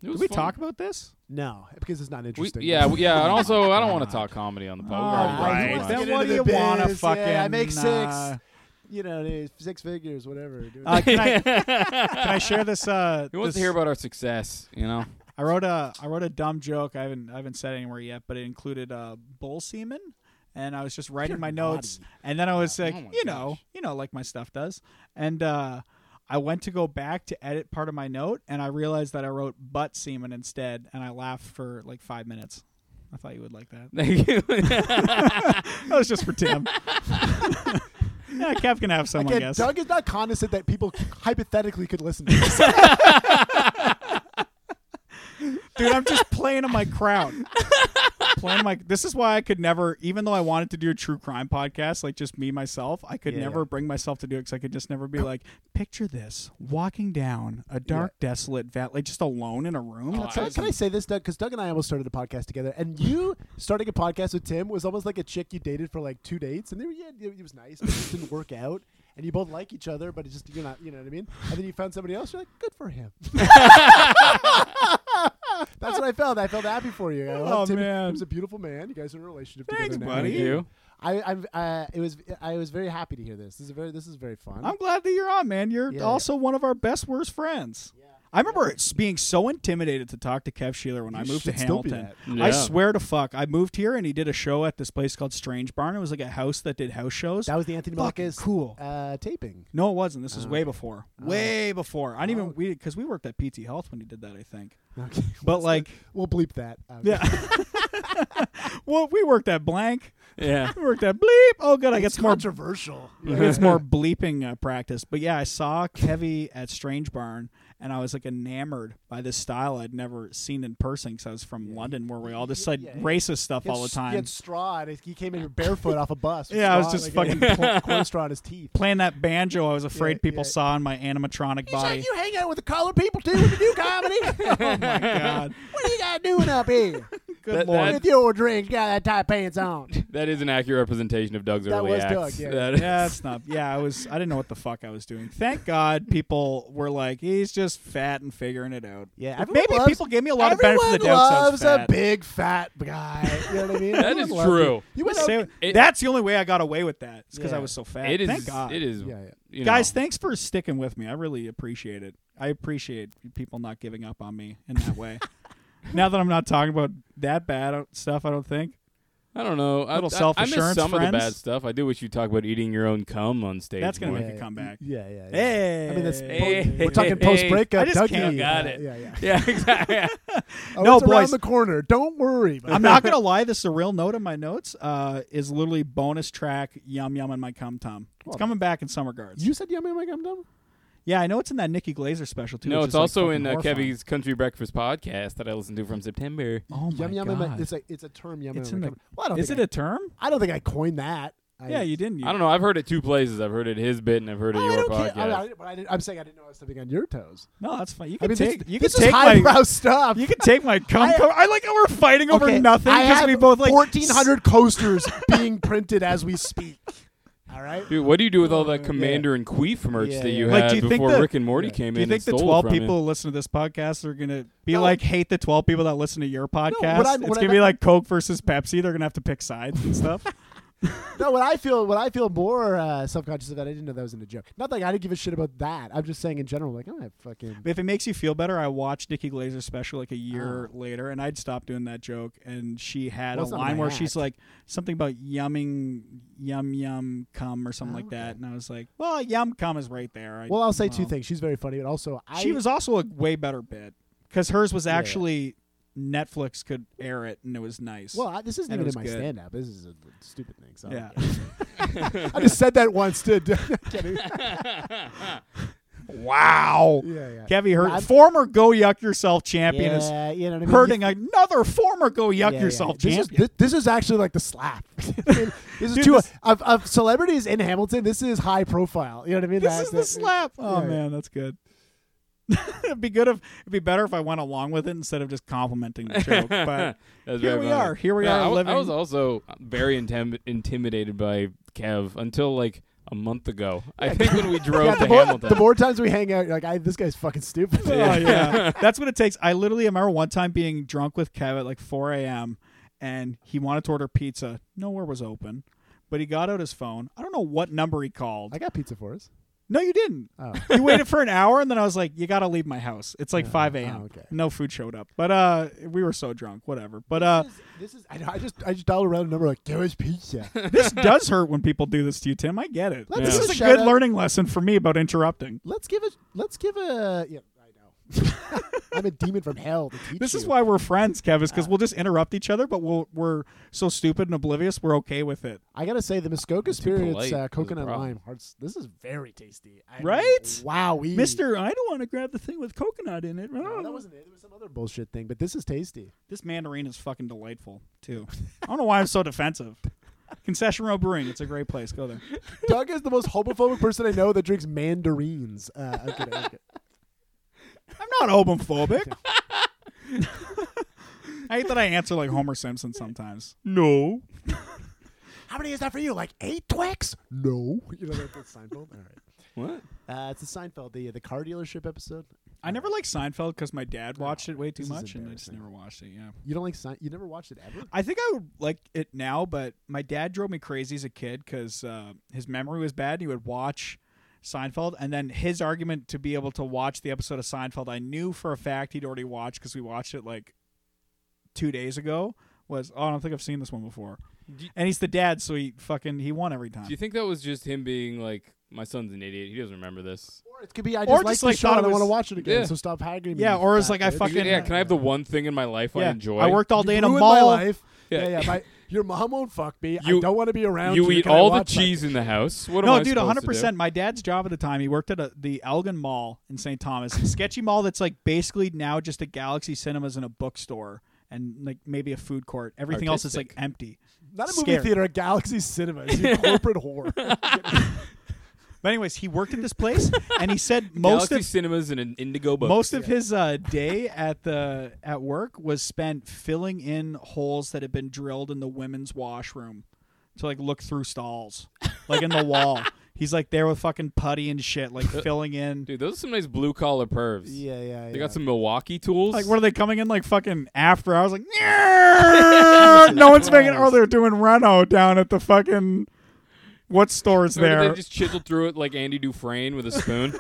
D: It
C: Did
D: was
C: we
D: fun.
C: talk about this?
B: No, because it's not
D: We,
B: interesting.
D: yeah, we- yeah, and also I don't want to talk comedy on the
C: All Oh,
B: right.
D: podcast.
C: right.
B: Let's
C: Then
B: get
C: what do
B: into
C: you
B: the
C: want to
B: biz.
C: fucking?
B: Yeah, I make six.
C: uh,
B: you know, it is six figures, whatever. Doing
C: Uh, can, I, can
D: Who
C: I share this? Uh,
D: wants to
C: this-
D: hear about our success? You know,
C: I wrote a I wrote a dumb joke. I haven't I haven't said anywhere yet, but it included uh, bull semen, and I was just writing
B: You're
C: my notes, and then I was like,
D: oh my
C: you know,
D: gosh.
C: you know, like my stuff does, and uh, I went to go back to edit part of my note, and I realized that I wrote butt semen instead, and I laughed for like five minutes. I thought you would like that.
D: thank you.
C: that was just for Tim. yeah, Kev can have some, I
B: Again,
C: guess.
B: Doug is not cognizant that people hypothetically could listen to this.
C: dude. I'm just playing on my crowd. playing my. This is why I could never, even though I wanted to do a true crime podcast, like just me myself, I could
B: Yeah,
C: never
B: yeah.
C: bring myself to do it because I could just never be like, picture this walking down a dark, desolate valley, like just alone in a room.
D: Oh,
C: That's
B: Can I-
D: I-
B: can I say this, Doug? Because Doug and I almost started a podcast together, and you starting a podcast with Tim was almost like a chick you dated for like two dates, and they were yeah, it was nice, but it just didn't work out, and you both like each other, but it just you're not, you know what I mean? And then you found somebody else, you're like, good for him. That's what I felt. I felt happy for you. I love
C: Oh,
B: Tim.
C: man.
B: He was a beautiful man. You guys are in a relationship
C: Thanks,
B: together now.
C: buddy.
D: Thank you.
B: I, I'm, uh, it was, I was very happy to hear this. This is very, this is very fun.
C: I'm glad that you're on, man. You're
B: Yeah.
C: also one of our best worst friends. I remember it's being so intimidated to talk to Kev Sheeler when I
B: You
C: moved to
B: should still be
C: Hamilton.
D: that.
C: I
D: Yeah.
C: swear to fuck, I moved here and he did a show at this place called Strange Barn. It was like a house that did house shows.
B: that was the Anthony
C: Fucking
B: Malakis
C: cool.
B: uh, taping.
C: no, it wasn't. This was way before. Way before. I didn't
B: Oh.
C: even we because we worked at PT Health when he did that. I think.
B: Okay.
C: But like,
B: we'll bleep that. out.
C: yeah. well, we worked at blank.
D: Yeah.
C: We worked at bleep. Oh, good. I get
B: it's
C: some more
B: controversial.
C: I think it's more bleeping uh, practice. But yeah, I saw Kevy at Strange Barn, and I was like enamored by this style I'd never seen in person because I was from London, where we all just said
B: Yeah.
C: racist stuff all the
B: He
C: time.
B: had straw. and He came in here barefoot off a bus. with
C: Yeah, I was
B: straw,
C: just
B: like,
C: fucking
B: and corn- corn straw on his teeth.
C: Playing that banjo, I was afraid
B: Yeah,
C: people
B: yeah.
C: saw in my animatronic body.
B: you hang out with the colored people too when you do comedy.
C: oh my god!
B: what are you guys doing up here?
C: Good
D: That-
C: lord!
D: that-
B: With your drink, got that tight pants on.
D: That is an accurate representation of Doug's
B: That
D: early
B: was
D: acts.
B: Doug, yeah.
D: That is-
C: yeah, it's not. Yeah, I was. I didn't know what the fuck I was doing. Thank God, people were like, "He's just fat and figuring it out."
B: Yeah,
C: But
B: everyone
C: maybe
B: loves-
C: people gave me a lot of benefit
B: Everyone
C: of the doubt. so I was
B: loves a
C: fat.
B: big fat guy. You know what I mean?
D: That
B: Everyone
D: is
B: loves
D: true.
B: You, you went
C: Just
B: out-
C: say-
D: It-
C: that's the only way I got away with that. It's because I
B: Yeah.
C: was so fat.
D: It is.
C: Thank God.
D: It is.
B: Yeah, yeah.
D: you
C: Guys,
D: know.
C: thanks for sticking with me. I really appreciate it. I appreciate people not giving up on me in that way. now that I'm not talking about that bad uh, stuff, I don't think.
D: I don't know.
C: Little
D: I, I, I miss
C: self-assurance
D: some of the
C: friends.
D: bad stuff. I do wish you talk about eating your own cum on stage.
C: That's gonna
D: more.
C: make a comeback.
B: Yeah, yeah. yeah.
C: Hey,
B: I mean, that's
D: Hey.
B: we're talking post
C: I
B: breakup.
C: just can't-
D: got it.
B: Yeah, yeah.
D: Yeah, exactly.
B: Oh,
C: No,
B: it's
C: boys.
B: around the corner. Don't worry.
C: I'm not gonna lie. This is a real note in my notes. Uh, is literally bonus track "Yum Yum" and my cum tom. It's
B: Well,
C: coming back in some regards.
B: You said yummy like I'm dumb.
C: yeah, I know it's in that Nikki Glazer special too.
D: no,
C: which
D: it's
C: is, like,
D: also
C: fucking
D: in uh,
C: horrifying.
D: Kevy's Country Breakfast podcast that I listened to from September.
C: Oh my
B: Yum yum.
C: god!
B: and my- It's like it's a term. Yum
C: It's
B: yum.
C: in
B: like
C: the-
B: I'm- Well, I don't
C: is
B: think
C: it a term?
B: I I don't think I coined that. I,
C: yeah, you didn't. You,
D: I don't know. I've heard it two places. I've heard it his bit and I've heard it
B: Oh, I
D: your
B: don't
D: podcast.
B: care. I mean, I, didn't- but I didn't, I'm saying I didn't know I was stepping on your toes.
C: No, that's fine. You
B: I
C: can
B: mean,
C: take.
B: this,
C: you can
B: this
C: take
B: is
C: my.
B: highbrow stuff.
C: You can take my cum.
B: I-
C: cover. I like how we're fighting over
B: Okay,
C: nothing
B: I
C: because
B: have
C: we both like
B: 1,400 coasters being printed as we speak. All right.
D: Dude, what do you do with all
B: Uh,
D: that
B: yeah.
D: Commander and Queef merch
B: Yeah,
D: that
B: yeah.
D: you
C: Like,
D: had
C: do you think
D: before
C: that-
D: Rick and Morty came
C: Do you
D: in?
C: think
D: and
C: the
D: stole
C: twelve
D: from you?
C: people who listen to this podcast are gonna be
B: No.
C: like hate the twelve people that listen to your podcast?
B: what I'm-
C: it's
B: what
C: gonna
B: I'm-
C: be like Coke versus Pepsi. They're gonna have to pick sides and stuff.
B: No, what I feel, what I feel more uh, subconscious about, I didn't know that was in a joke. Not like I didn't give a shit about that. I'm just saying in general, like, oh, I fucking.
C: But if it makes you feel better, I watched Nikki Glazer's special like a year
B: Oh.
C: later, and I'd stopped doing that joke. And she had a
B: Well, it's not
C: line
B: my
C: where she's
B: act.
C: like something about yumming, yum yum cum or something
B: Oh,
C: like that, and
B: okay.
C: I was like, well, yum cum is right there. I-
B: Well, I'll say two
C: well.
B: things. She's very funny, but also I.
C: she was also a way better bit because hers was
B: yeah.
C: actually Netflix could air it and it was nice.
B: Well, I, this isn't
C: and
B: even
C: it
B: in my
C: was good.
B: stand-up. This is a stupid thing. So I
C: yeah,
B: don't care. I just said that once to. kidding.
C: wow.
B: Yeah, yeah.
C: Kevy Hurt,
B: I'm-
C: former Go Yuck Yourself champion, is
B: yeah, you know what I mean?
C: hurting another former Go Yuck
B: Yeah, yeah.
C: Yourself
B: This is,
C: champion.
B: this, this is actually like the slap. I mean, this is
C: Dude,
B: too
C: this-
B: of, of celebrities in Hamilton. This is high profile. You know what I mean?
C: This
B: That-
C: is the
B: that-
C: slap. Oh
B: yeah.
C: man, that's good. it'd be good if it'd be better if I went along with it instead of just complimenting the joke. But
D: That's
C: Here
D: very
C: we
D: funny.
C: are. Here we
D: Yeah,
C: are
D: I, wa-
C: living-
D: I was also very intim- intimidated by Kev until like a month ago. I think when we drove
B: Yeah,
D: to
B: the, more,
D: Hamilton.
B: the more times we hang out, you're like, I, this guy's fucking stupid.
C: oh, yeah, that's what it takes. I literally remember one time being drunk with Kev at like 4 a.m. and he wanted to order pizza. Nowhere was open, but he got out his phone. I don't know what number he called.
B: I got pizza for us.
C: no, you didn't.
B: Oh.
C: you waited for an hour and then I was like, you got to leave my house. It's like 5 a.m.
B: oh, okay.
C: No food showed up, but uh, we were so drunk. Whatever. But uh,
B: This is I, know, I just I just dialed a random number like give us pizza.
C: this does hurt when people do this to you, Tim. I get it.
B: Let's
C: This
B: give
C: is
B: a
C: a
B: shout
C: good
B: out-
C: learning lesson for me about interrupting.
B: let's give a let's give a yeah I know I'm a demon from hell to teach
C: This
B: you.
C: is why we're friends, Kev, is because we'll just interrupt each other, but we'll, we're so stupid and oblivious, we're okay with it.
B: I gotta say the Muskoka Spirits
D: polite
B: uh,
D: is the
B: coconut
D: problem.
B: lime hearts. This is very tasty. I mean,
C: Right?
B: Wowee.
C: Mister, I don't want to grab the thing with coconut in it. Oh.
B: No, that wasn't it. There was some other bullshit thing, but this is tasty.
C: this mandarin is fucking delightful, too. I don't know why I'm so defensive. Concession Row Brewing, it's a great place. Go there.
B: Doug is the most homophobic person I know that drinks mandarins. Uh, I'm kidding, I'm kidding.
C: I'm not homophobic. I hate that I answer like Homer Simpson sometimes. No.
B: How many is that for you? Like eight Twix? No. You know that, that's Seinfeld. All right.
D: what?
B: Uh, it's the Seinfeld, the the car dealership episode.
C: I never liked Seinfeld because my dad watched it way too
B: this is
C: much, and I just
B: embarrassing.
C: never watched it. Yeah.
B: You don't like Sein- you never watched it ever?
C: I think I would like it now, but my dad drove me crazy as a kid because uh, his memory was bad. And he would watch Seinfeld, and then his argument to be able to watch the episode of Seinfeld, I knew for a fact he'd already watched because we watched it like two days ago. Was oh, I don't think I've seen this one before.
D: Do-
C: and he's the dad, so he fucking he won every time.
D: Do you think that was just him being like, my son's an idiot. He doesn't remember this.
B: Or it could be I
C: Or
B: just like
C: just,
B: the
C: like,
B: show
C: thought
B: and
C: it
B: I want to
C: was-
B: watch it again.
D: Yeah.
B: So stop haggling me.
C: Yeah,
B: you
C: or it's
B: fat
C: like I
B: bitch.
C: fucking-
D: yeah, can I have the one thing in my life I
C: yeah,
D: enjoy?
C: I worked all
B: You
C: day in a
B: ruined
C: mall.
B: My life.
D: Yeah.
B: Yeah, yeah. my, your mom won't fuck me.
D: You-
B: I don't want to be around you.
D: You eat
B: Can I
D: all the
B: watch my-
D: cheese in the house. What am
C: No,
D: I
C: dude,
D: supposed to do?
C: 100%. My dad's job at the time, he worked at a, the Elgin Mall in St. Thomas, a sketchy mall that's like basically now just a Galaxy Cinemas and a bookstore and like maybe a food court. Everything else is like
D: Artistic.
C: empty.
B: Not a movie
C: Scary.
B: theater, a Galaxy Cinema. It's a corporate whore.
C: But anyways, he worked at this place and he said most
D: Galaxy
C: of
D: Cinemas and an Indigo book.
C: most of his uh, day at the at work was spent filling in holes that had been drilled in the women's washroom to like look through stalls, like in the wall. He's like there with fucking putty and shit, like
D: Uh,
C: filling in.
D: Dude, those are some nice blue collar pervs.
B: yeah, yeah, yeah.
D: They got some Milwaukee tools.
C: Like, what are they coming in like fucking after? I was like, "Yeah." no one's making. Oh, they're doing Reno down at the fucking what stores
D: Or did
C: there?
D: They just chiseled through it like Andy Dufresne with a spoon.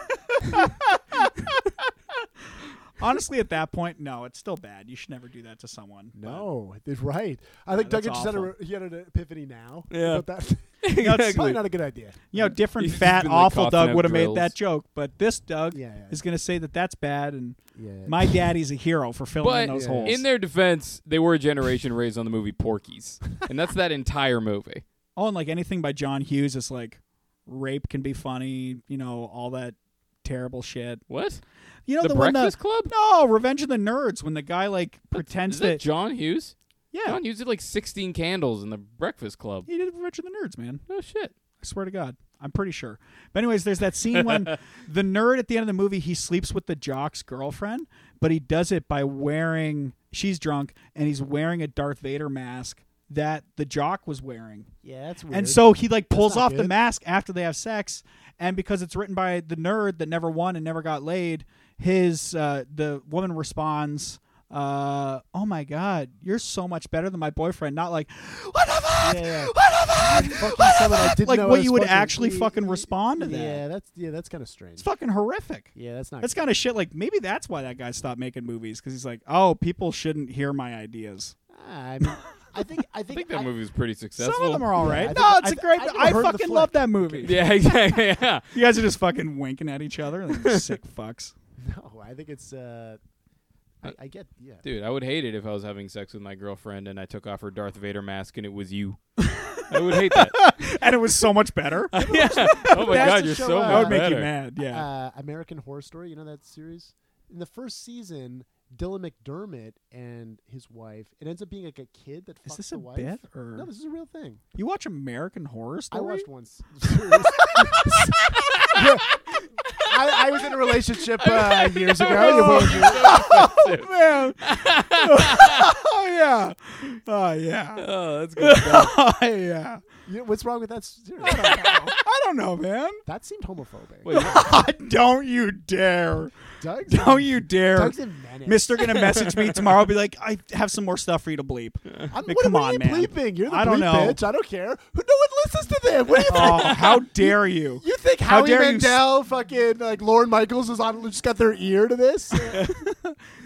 C: Honestly, at that point, no, it's still bad. You should never do that to someone. but-
B: No, they're right. I
C: Yeah, that's
B: think Duncan just had, a,
C: awful.
B: he had an epiphany now.
D: Yeah.
B: But that, it's probably
D: exactly.
B: not a good idea.
C: you know, different
D: He's just
C: fat,
D: been, like,
C: awful
D: coughing
C: Doug
D: up
C: would have made
D: drills.
C: that joke, but this Doug
B: Yeah, yeah.
C: is gonna say that that's bad, and
B: Yeah.
C: my daddy's a hero for filling in
D: But
C: those
B: Yeah.
C: holes.
D: in their defense, they were a generation raised on the movie Porky's, and that's that entire movie.
C: oh, and like anything by John Hughes is like rape can be funny, you know, all that terrible shit.
D: What?
C: You know
D: the,
C: Oh, the, one uh, that
D: Breakfast Club?
C: No, Revenge of the Nerds when the guy like pretends
D: Is that
C: that,
D: John Hughes?
C: yeah,
D: John Hughes did like 16 candles in the Breakfast Club.
C: he did Revenge of the Nerds, man.
D: Oh shit.
C: I swear to God, I'm pretty sure. But anyways, there's that scene when the nerd at the end of the movie he sleeps with the jock's girlfriend, but he does it by wearing she's drunk and he's wearing a Darth Vader mask that the jock was wearing.
B: Yeah, that's weird.
C: And so he like pulls
B: not
C: off the
B: good.
C: mask after they have sex, and because it's written by the nerd that never won and never got laid, his uh, the woman responds, uh, "Oh my god, you're so much better than my boyfriend." Not like, "What the fuck?
B: Yeah, yeah.
C: What the
B: Fucking
C: fuck? What the
B: someone I
C: fuck?"
B: didn't
C: Like
B: know
C: what
B: was
C: you would
B: fucking-
C: actually fucking respond to that?
B: Yeah, that's yeah, that's kind of strange.
C: It's fucking horrific.
B: Yeah, that's not.
C: That's kind of shit. Like maybe that's why that guy stopped making movies because he's like, "Oh, people shouldn't hear my ideas."
B: I, mean, I think I think,
D: I think that movie was pretty successful.
C: Some of them are all
B: Yeah,
C: right. no,
B: I think-
C: it's
B: I
C: a
B: th-
C: great.
B: I think
C: I,
B: I heard the
C: fucking love
B: flick.
C: that movie.
D: Yeah, exactly. Yeah.
C: You guys are just fucking winking at each other. Like, you sick fucks.
B: no. I think it's. Uh, I, I get yeah.
D: Dude, I would hate it if I was having sex with my girlfriend and I took off her Darth Vader mask and it was you. I would hate that.
C: And it was so much better. That
D: yeah. Oh my
B: That's
D: god,
B: to
D: you're
B: show,
D: so
B: uh,
D: much
C: would make
D: better.
C: you mad. Yeah.
B: Uh, American Horror Story. You know that series. In the first season, Dylan McDermott and his wife. It ends up being like a kid that
C: is
B: fucks
C: this
B: the
C: a
B: wife.
C: bit or
B: No, this is a real thing.
C: you watch American Horror Story?
B: I watched once. I, I was in a relationship uh, years ago. You won't-
C: Oh man. oh yeah. Oh yeah.
D: Oh, that's good. stuff.
C: Oh yeah.
B: you- what's wrong with that series?
C: I don't know, man.
B: That seemed homophobic.
D: Wait,
C: don't you dare.
B: Doug's
C: Don't you dare.
B: Doug's in Venice.
C: Mister gonna message me tomorrow. Be like, I have some more stuff for you to bleep.
B: I'm,
C: Like,
B: what,
C: come
B: what
C: on,
B: are you
C: man.
B: bleeping? You're the
C: I don't
B: bleep
C: know.
B: bitch. I don't care. Who- No one listens to them. What do you think?
C: Oh, how dare you?
B: You think
C: How
B: Howie
C: dare you s-
B: Mandel, fucking like Lauren Michaels, is on just got their ear to this?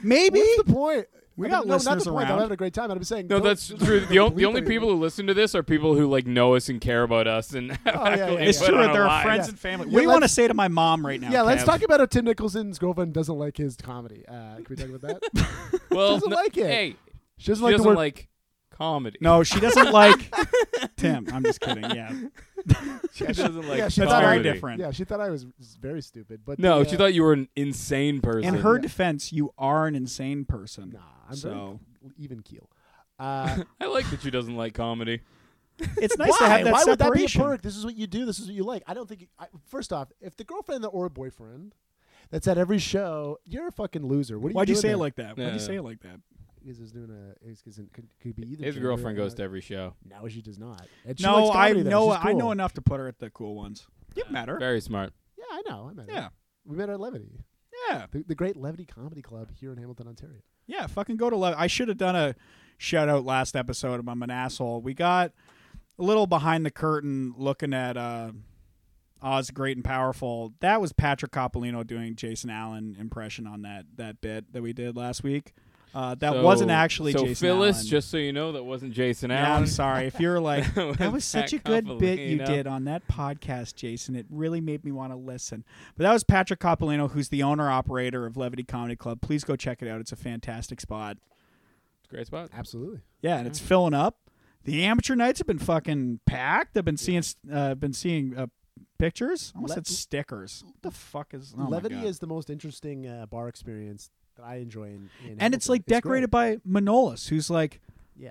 C: Maybe
B: What's the point?
C: We
B: I
C: got
B: mean, no, not
C: listeners
B: the point.
C: around.
B: I'm having a great time. I'm saying
D: No,
B: don't-
D: that's
B: don't
D: true. The, on-
B: bleep
D: the only
B: anything.
D: people who listen to this are people who like know us and care about us
C: Oh,
D: and have
B: yeah,
D: actual
B: yeah,
C: It's
D: input
C: true.
D: on our
C: There are
D: lives.
C: friends
B: Yeah.
C: and family.
B: Yeah,
C: what do you want to
B: let's-
C: say to my mom right now?
B: Yeah, let's
C: Kev?
B: talk about how Tim Nicholson's girlfriend doesn't like his comedy. Uh, can we talk about that?
D: Well,
B: doesn't
D: no-
B: like it.
D: Hey,
B: She doesn't
D: she
B: like
D: doesn't
B: the word.
D: like comedy.
C: No, she doesn't like Tim. I'm just kidding. Yeah,
D: she doesn't like.
B: yeah, she
C: that's very
B: thought I-
D: comedy.
C: different.
B: yeah, she thought I was very stupid, but
D: No,
B: the,
D: she
B: uh,
D: thought you were an insane person.
C: In her defense, you are an insane person.
B: Nah, I'm
C: so
B: very even keel. Uh,
D: I like that she doesn't like comedy.
C: it's nice
B: Why?
C: to have that
B: Why would that be a
C: separation.
B: perk? This is what you do. This is what you like. I don't think. I, first off, if the girlfriend or boyfriend that's at every show, you're a fucking loser. What are you
C: Why'd you
B: doing
C: say it
B: there?
C: like that? Why'd
D: Yeah.
C: you say it like that?
B: Because it's doing a. Because it could, could be either.
D: His
B: gender
D: girlfriend
B: or-
D: goes to every show.
B: No, she does not. And she
C: No,
B: likes
C: I
B: comedy, though.
C: know.
B: She's
C: I know
B: cool.
C: enough to put her at the cool ones. You've met her.
D: Very smart.
B: Yeah, I know. I met her.
C: Yeah.
B: we met her at Levity.
C: Yeah.
B: The, the great Levity Comedy Club here in Hamilton, Ontario.
C: Yeah, fucking go to love. I should have done a shout out last episode. I'm an asshole. We got a little behind the curtain looking at uh, Oz Great and Powerful. That was Patrick Coppolino doing Jason Allen impression on that that bit that we did last week. Uh, that
D: So-
C: wasn't actually
D: so
C: Jason
D: Phyllis.
C: Allen.
D: Just so you know, that wasn't Jason
C: Yeah,
D: Allen.
C: I'm sorry if you're like
D: That was
C: that was such a
D: Pat
C: good bit you
D: Coppolino."
C: did on that podcast, Jason. It really made me want to listen. But that was Patrick Coppolino, who's the owner operator of Levity Comedy Club. Please go check it out. It's a fantastic spot.
D: Great spot.
B: Absolutely.
C: Yeah, and it's filling up. The amateur nights have been fucking packed. I've been seeing, uh, been seeing uh, pictures. I almost
B: Let-
C: said stickers. What the fuck is oh my
B: Levity
C: God.
B: is the most interesting uh, bar experience that I enjoy. In, in
C: and it's
B: Hamilton.
C: like
B: great.
C: decorated by Manolis, who's like,
B: Yeah.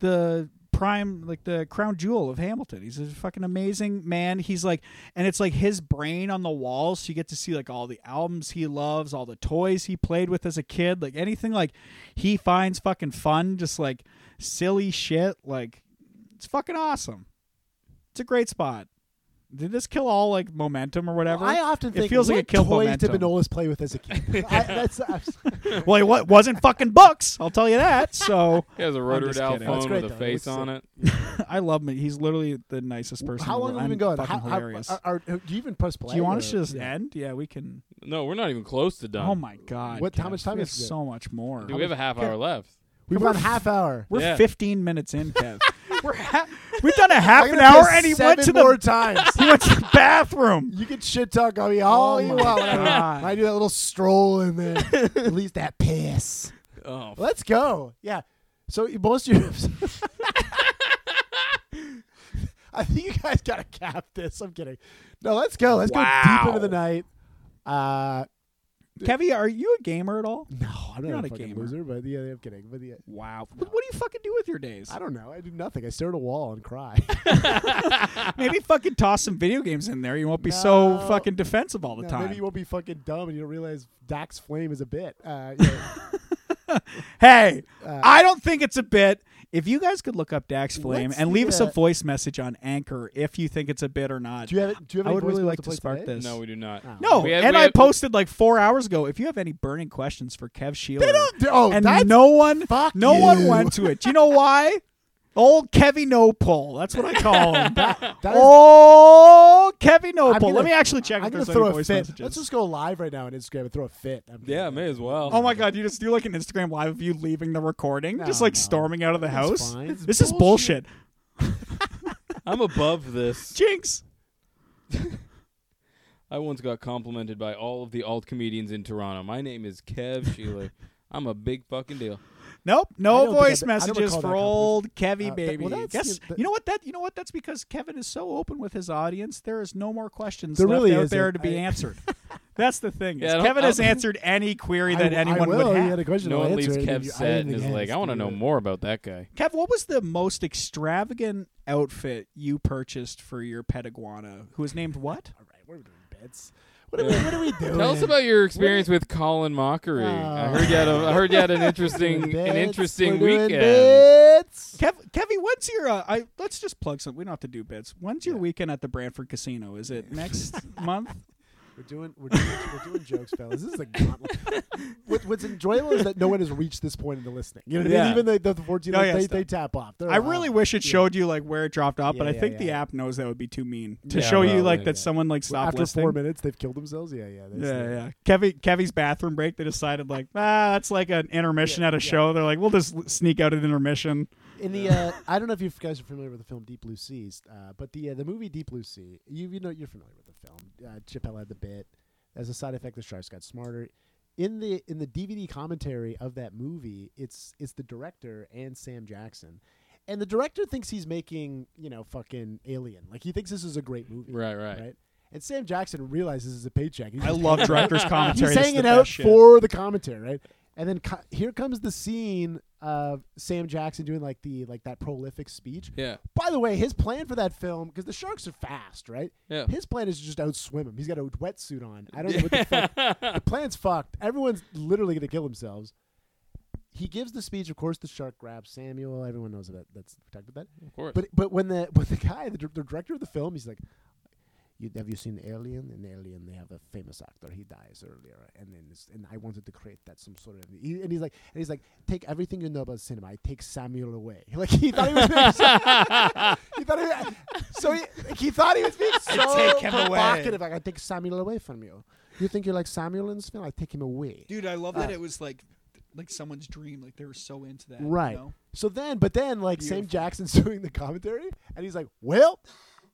C: the prime, like the crown jewel of Hamilton. He's a fucking amazing man. He's like, and it's like his brain on the walls. So you get to see like all the albums he loves, all the toys he played with as a kid, like anything like he finds fucking fun, just like silly shit. Like it's fucking awesome. It's a great spot. Did this kill all like momentum or whatever?
B: I often
C: It
B: think
C: feels like
B: what
C: it killed
B: toys
C: momentum.
B: did Manolis play with as a kid? I, that's, uh, that's,
C: well, it wa- wasn't fucking books. I'll tell you that. So.
D: He has a rotary
C: just
D: dial
C: kidding. Oh,
D: phone
B: it's
D: with
B: great,
D: a
B: though. It
D: face
B: looks
D: on
B: sick.
D: it.
C: I love me. He's literally the nicest person.
B: how
C: in the world.
B: long have we
C: I'm
B: been going?
C: Fucking
B: How, how,
C: hilarious.
B: are, are, do you even press play?
C: Do you want us
B: or-
C: to just
B: yeah.
C: end? Yeah, we can.
D: No, we're not even close to done.
C: Oh my god!
B: What- how
C: guys,
B: much time
C: we
B: is
C: have
B: it?
C: So much more.
D: Dude, we have a half hour left.
B: We've
C: We're
B: gone half hour.
C: We're
D: Yeah.
C: 15 minutes in, Kev. We're ha- we've done a half
B: I'm
C: an
B: gonna
C: hour,
B: piss
C: and he went
B: seven
C: to
B: more
C: the
B: times.
C: he went to the bathroom.
B: You can shit talk on me all
C: Oh
B: you
C: my
B: want.
C: God.
B: I do that little stroll in there. At least that piss.
D: Oh, f-
B: Let's go. Yeah. So you- most of you. I think you guys gotta cap this. I'm kidding. No, let's go. Let's go deep into the night. Uh,
C: Kevy, are you a gamer at all?
B: no, I'm not,
C: You're not
B: a
C: a
B: fucking
C: gamer.
B: loser, but yeah, I'm kidding. But yeah,
C: Wow. What, what do you fucking do with your days?
B: I don't know. I do nothing. I stare at a wall and cry.
C: Maybe fucking toss some video games in there. You won't be so
B: No.
C: fucking defensive all the
B: No,
C: time.
B: Maybe you won't be fucking dumb and you don't realize Doc's flame is a bit. Uh, yeah.
C: Hey,
B: Uh,
C: I don't think it's a bit. If you guys could look up Dax Flame
B: Let's
C: and leave
B: do
C: us a
B: that.
C: voice message on Anchor if you think it's a bit or not.
B: do you have? Do you have?
C: I
B: any
C: would really
B: voicemails
C: like to
B: play
C: spark
B: today?
C: this.
D: no, we do not.
B: Oh.
C: No,
D: We have-
C: and
D: we
C: I
D: have-
C: posted like four hours ago. If you have any burning questions for Kev Shields,
B: Oh,
C: and
B: that's
C: no one,
B: fuck
C: no one
B: you.
C: went to it. Do you know why? Old Kevy Nopol. That's what I call him.
B: that is-
C: Old Kevy Nopol.
B: I'm gonna-
C: Let me actually check
B: I'm
C: if
B: gonna
C: there's
B: throw
C: any
B: a
C: voice
B: fit.
C: messages.
B: Let's just go live right now on Instagram and throw a fit. I'm-
D: Yeah, may as well.
C: oh my god, you just do like an Instagram live of you leaving the recording,
B: No,
C: just like
B: no.
C: storming out of the
B: That's
C: house.
B: fine.
C: This is bullshit.
D: I'm above this.
C: Jinx.
D: I once got complimented by all of the alt comedians in Toronto. My name is Kev Sheely. I'm a big fucking deal.
C: Nope,
B: I
C: no
B: don't think
C: voice
B: I- I don't
C: messages
B: recall that
C: for old Kevy
B: Uh, that-
C: baby.
B: well, that's-
C: Guess-
B: yeah, that-
C: you know what that you know what that's because Kevin is so open with his audience. There is no more questions
B: There
C: left
B: really
C: out
B: isn't.
C: there to be
B: I-
C: answered. that's the thing. is
D: Yeah, I don't-
C: Kevin has
D: I'll-
C: answered any query
B: I
C: that
B: w- I
C: anyone
B: will.
C: would
B: You
C: have.
B: had a question.
D: no
B: I'll
D: one leaves
B: answer it, and
D: Kev
B: you- I
D: set
B: didn't
D: and is
B: think I
D: like,
B: had
D: I want to
B: do
D: know
B: that.
D: more about that guy.
C: Kev, what was the most extravagant outfit you purchased for your pet iguana, who was named what?
B: All right, we're doing bits. What are we? What are we doing?
D: Tell us about your experience with Colin Mockery.
C: Ah.
D: I heard you had a, I heard you had an interesting
B: Bits.
D: an interesting
B: We're doing
D: weekend.
B: Bits.
C: Kev, Kevy, when's your? Uh, I let's just plug some. We don't have to do bits. When's your weekend at the Brantford Casino? Is it next month?
B: We're doing we're doing, we're doing jokes, fellas. This is a gauntlet. what, what's enjoyable is that no one has reached this point in the listening. You know what I
C: Yeah.
B: mean? Even the, the, the 14,
C: Oh,
B: like,
C: yeah,
B: they,
C: stop.
B: they tap off. They're
C: I
B: like,
C: really
B: "Oh,
C: wish it
B: yeah."
C: showed you like where it dropped off, but
B: Yeah,
C: I
B: yeah,
C: think the
B: yeah.
C: app knows that would be too mean to
D: Yeah,
C: show you
D: probably,
C: like that
D: yeah.
C: someone like stopped
B: After
C: listening.
B: four minutes, they've killed themselves. Yeah, yeah. that's-
C: Yeah, yeah. Kevy, Kevy's bathroom break. They decided like, ah, that's like an intermission
B: Yeah,
C: at a
B: yeah.
C: show. They're like, we'll just l- sneak out an intermission.
B: In the, uh, I don't know if you guys are familiar with the film Deep Blue Seas, uh, but the uh, the movie Deep Blue Sea, you you know you're familiar with the film. Uh, Chappelle had the bit. As a side effect, the sharks got smarter. In the in the DVD commentary of that movie, it's it's the director and Sam Jackson, and the director thinks he's making you know fucking Alien, like he thinks this is a great movie,
D: Right, right.
B: And Sam Jackson realizes it's a paycheck. He's
C: I
B: just
C: love director's commentary.
B: He's
C: That's
B: saying
C: the
B: it
C: best
B: out
C: shit.
B: for the commentary, right? And then co- here comes the scene of Sam Jackson doing like the like that prolific speech.
D: Yeah.
B: By the way, his plan for that film because the sharks are fast, right?
D: Yeah.
B: His plan is to just outswim him. He's got a wetsuit on. I don't know what the fuck. The plan's fucked. Everyone's literally gonna kill themselves. He gives the speech. Of course, the shark grabs Samuel. Everyone knows about that's we talked about that.
D: Of course.
B: But but when the when the guy the, dir- the director of the film, he's like, You, have you seen Alien? In Alien, they have a famous actor. He dies earlier, and then it's, and I wanted to create that some sort of. he- and he's like, and he's like, take everything you know about cinema. I take Samuel away. Like he thought he was. Being so, he thought he, so he, like, he thought he was being so
E: take him away.
B: provocative. Like I take Samuel away from you. You think you like Samuel in this film? I take him away.
C: Dude, I love that it was like like someone's dream. Like they were so into that.
B: Right.
C: You know?
B: So then, but then, like Sam Jackson's doing the commentary, and he's like, "Well,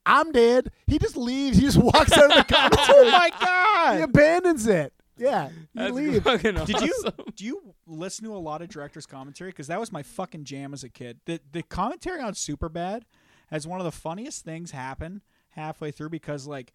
B: I'm dead." He just leaves. He just walks out of the commentary. oh my god! He abandons it. Yeah, he
D: That's
B: leaves.
D: fucking
C: Did you
D: awesome.
C: do you listen to a lot of directors' commentary? Because that was my fucking jam as a kid. The the commentary on Superbad has one of the funniest things happen halfway through because like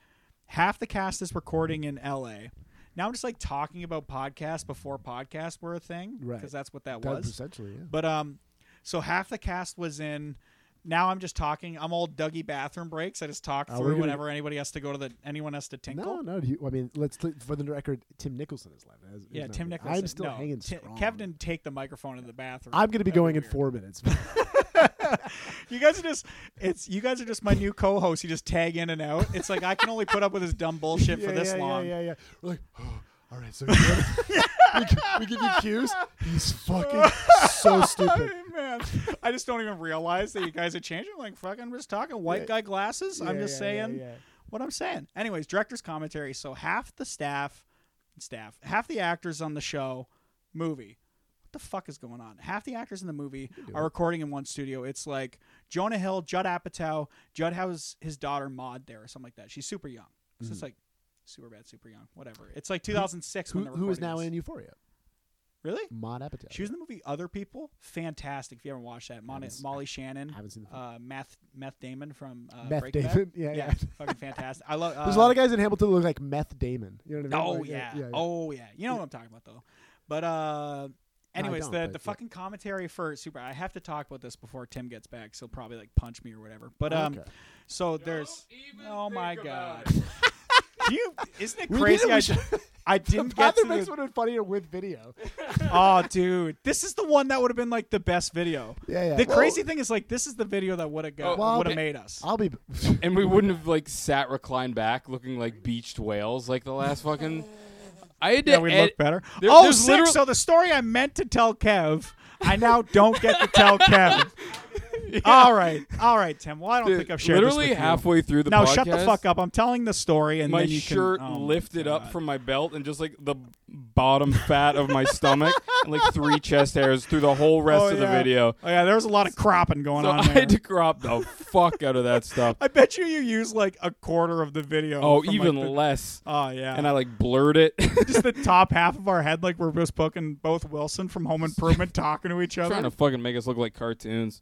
C: half the cast is recording in L.A. Now I'm just like talking about podcasts before podcasts were a thing,
B: Right.
C: Because that's what that
B: That
C: was.
B: essentially, yeah.
C: But um, so half the cast was in. Now I'm just talking. I'm all Dougie bathroom breaks. I just talk
B: Oh, we're
C: through
B: gonna-
C: whenever anybody has to go to the anyone has to tinkle.
B: No, no. do you- I mean, let's for the record, Tim Nicholson is left. As-
C: Yeah,
B: is not
C: Tim
B: left.
C: Nicholson.
B: I'm still
C: no,
B: hanging
C: Ti-
B: strong.
C: Kev didn't take the microphone in the bathroom.
B: I'm going to be
C: That'd
B: going in
C: weird.
B: four minutes.
C: You guys are just it's you guys are just my new co-hosts. You just tag in and out. It's like I can only put up with his dumb bullshit for
B: yeah,
C: this
B: yeah,
C: long.
B: Yeah, yeah, yeah. We're like, oh, all right, so we, gi- we give you cues. He's fucking so stupid.
C: Hey, man, I just don't even realize that you guys are changing. I'm like, fuck, I'm just talking white guy glasses. I'm
B: Yeah,
C: just
B: yeah, yeah,
C: saying
B: yeah.
C: what I'm saying. Anyways, director's commentary. So half the staff, staff, half the actors on the show, movie. What the fuck is going on? Half the actors in the movie are recording in one studio. It's like Jonah Hill, Judd Apatow. Judd has his daughter Maud there or something like that. She's super young. So
B: Hmm.
C: it's like super bad, super young, whatever. It's like 2006
B: Who,
C: when they're
B: who is
C: recording
B: now
C: this.
B: in Euphoria?
C: Really?
B: Maud Apatow.
C: She was in the movie Other People. Fantastic. If you haven't watched that, Mon-
B: haven't seen-
C: Molly Shannon,
B: I haven't seen the film.
C: uh, Meth Meth Damon from uh,
B: Meth
C: Breaking Bad.
B: Damon? Yeah, yeah.
C: fucking fantastic. I love. Uh,
B: There's a lot of guys in Hamilton that look like Meth Damon. You know what I mean?
C: Oh
B: Like, uh,
C: yeah. Oh yeah. You know what I'm talking about though. But uh anyways,
B: don't,
C: the
B: but
C: the
B: yeah.
C: fucking commentary for Super I have to talk about this before Tim gets back, so he'll probably like punch me or whatever. But um
B: Okay.
C: so there's
D: even
C: Oh my
D: think
C: god.
D: about
C: Do you isn't it
B: We
C: crazy
B: did it,
C: I,
B: we should-
C: I
B: The
C: didn't get
B: father
C: to
B: makes
C: the-
B: one funnier with video.
C: Oh dude, this is the one that would have been like the best video.
B: Yeah, yeah.
C: The
B: Well-
C: crazy thing is like this is the video that would have
D: Oh,
C: got
B: Well,
C: would have
B: it-
C: made us.
B: I'll be.
D: and we wouldn't have like sat reclined back looking like beached whales like the last fucking. I had to
C: yeah, we
D: ed-
C: look better.
D: there-
C: oh,
D: there's
C: six.
D: literal-
C: So the story I meant to tell Kev, I now don't get to tell Kev. All right, all right, Tim. Well, I don't
D: Dude,
C: think I've shared this
D: literally
C: with you.
D: halfway through the
C: Now
D: podcast.
C: shut the fuck up. I'm telling the story, and
D: My
C: then you
D: shirt
C: can, oh my
D: lifted up
C: God.
D: from my belt and just like the bottom fat of my stomach and like three chest hairs through the whole rest
C: Oh,
D: of the
C: yeah.
D: video.
C: Oh yeah, there was a lot of cropping going
D: So I
C: on there. I,
D: had to crop the fuck out of that stuff.
C: bet you you used like a quarter of the video.
D: Oh,
C: from,
D: even
C: like, the-
D: less.
C: Oh yeah,
D: And I like blurred it.
C: just the top half of our head, like we're just poking both Wilson from Home Improvement talking to each other.
D: trying to fucking make us look like cartoons.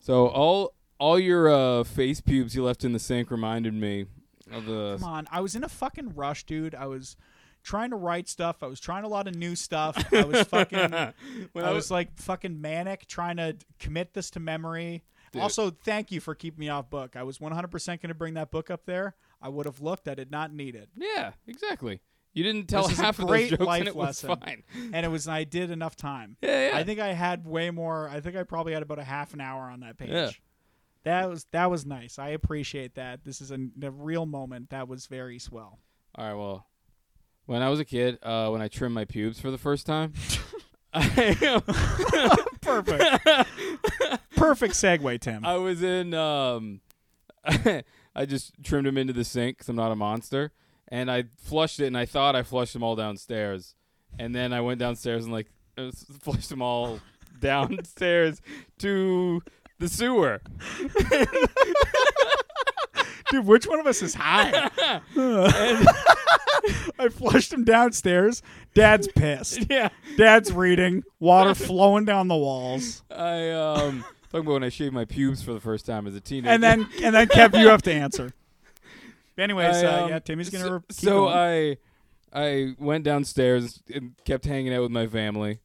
D: So all all your uh, face pubes you left in the sink reminded me of the.
C: Come on, I was in a fucking rush, dude. I was trying to write stuff. I was trying a lot of new stuff. I was fucking.
D: When
C: I
D: I
C: was like fucking manic trying to d- commit this to memory. Also, thank you for keeping me off book. I was 100% going to bring that book up there. I would have looked. I did not need it.
D: Yeah, exactly. You didn't tell
C: This is a
D: half of
C: great
D: those jokes,
C: life
D: and it
C: lesson.
D: was fine.
C: And it was, I did enough time.
D: Yeah, yeah.
C: I think I had way more. I think I probably had about a half an hour on that page.
D: Yeah.
C: That was that was nice. I appreciate that. This is a, a real moment. That was very swell.
D: All right. Well, when I was a kid, uh, when I trimmed my pubes for the first time, I,
C: Perfect. Perfect segue, Tim.
D: I was in. Um, I just trimmed them into the sink 'cause I'm not a monster, and I flushed it, and I thought I flushed them all downstairs, and then I went downstairs and like uh, s- flushed them all downstairs to the sewer.
C: Dude, which one of us is high? I flushed him downstairs. Dad's pissed.
D: Yeah.
C: Dad's reading. Water flowing down the walls.
D: I um talking about when I shaved my pubes for the first time as a teenager.
C: And then and then Kev, you have to answer. Anyways,
D: I,
C: uh,
D: um,
C: yeah, Timmy's gonna.
D: so,
C: re- keep
D: so uh,
C: going.
D: I I went downstairs and kept hanging out with my family,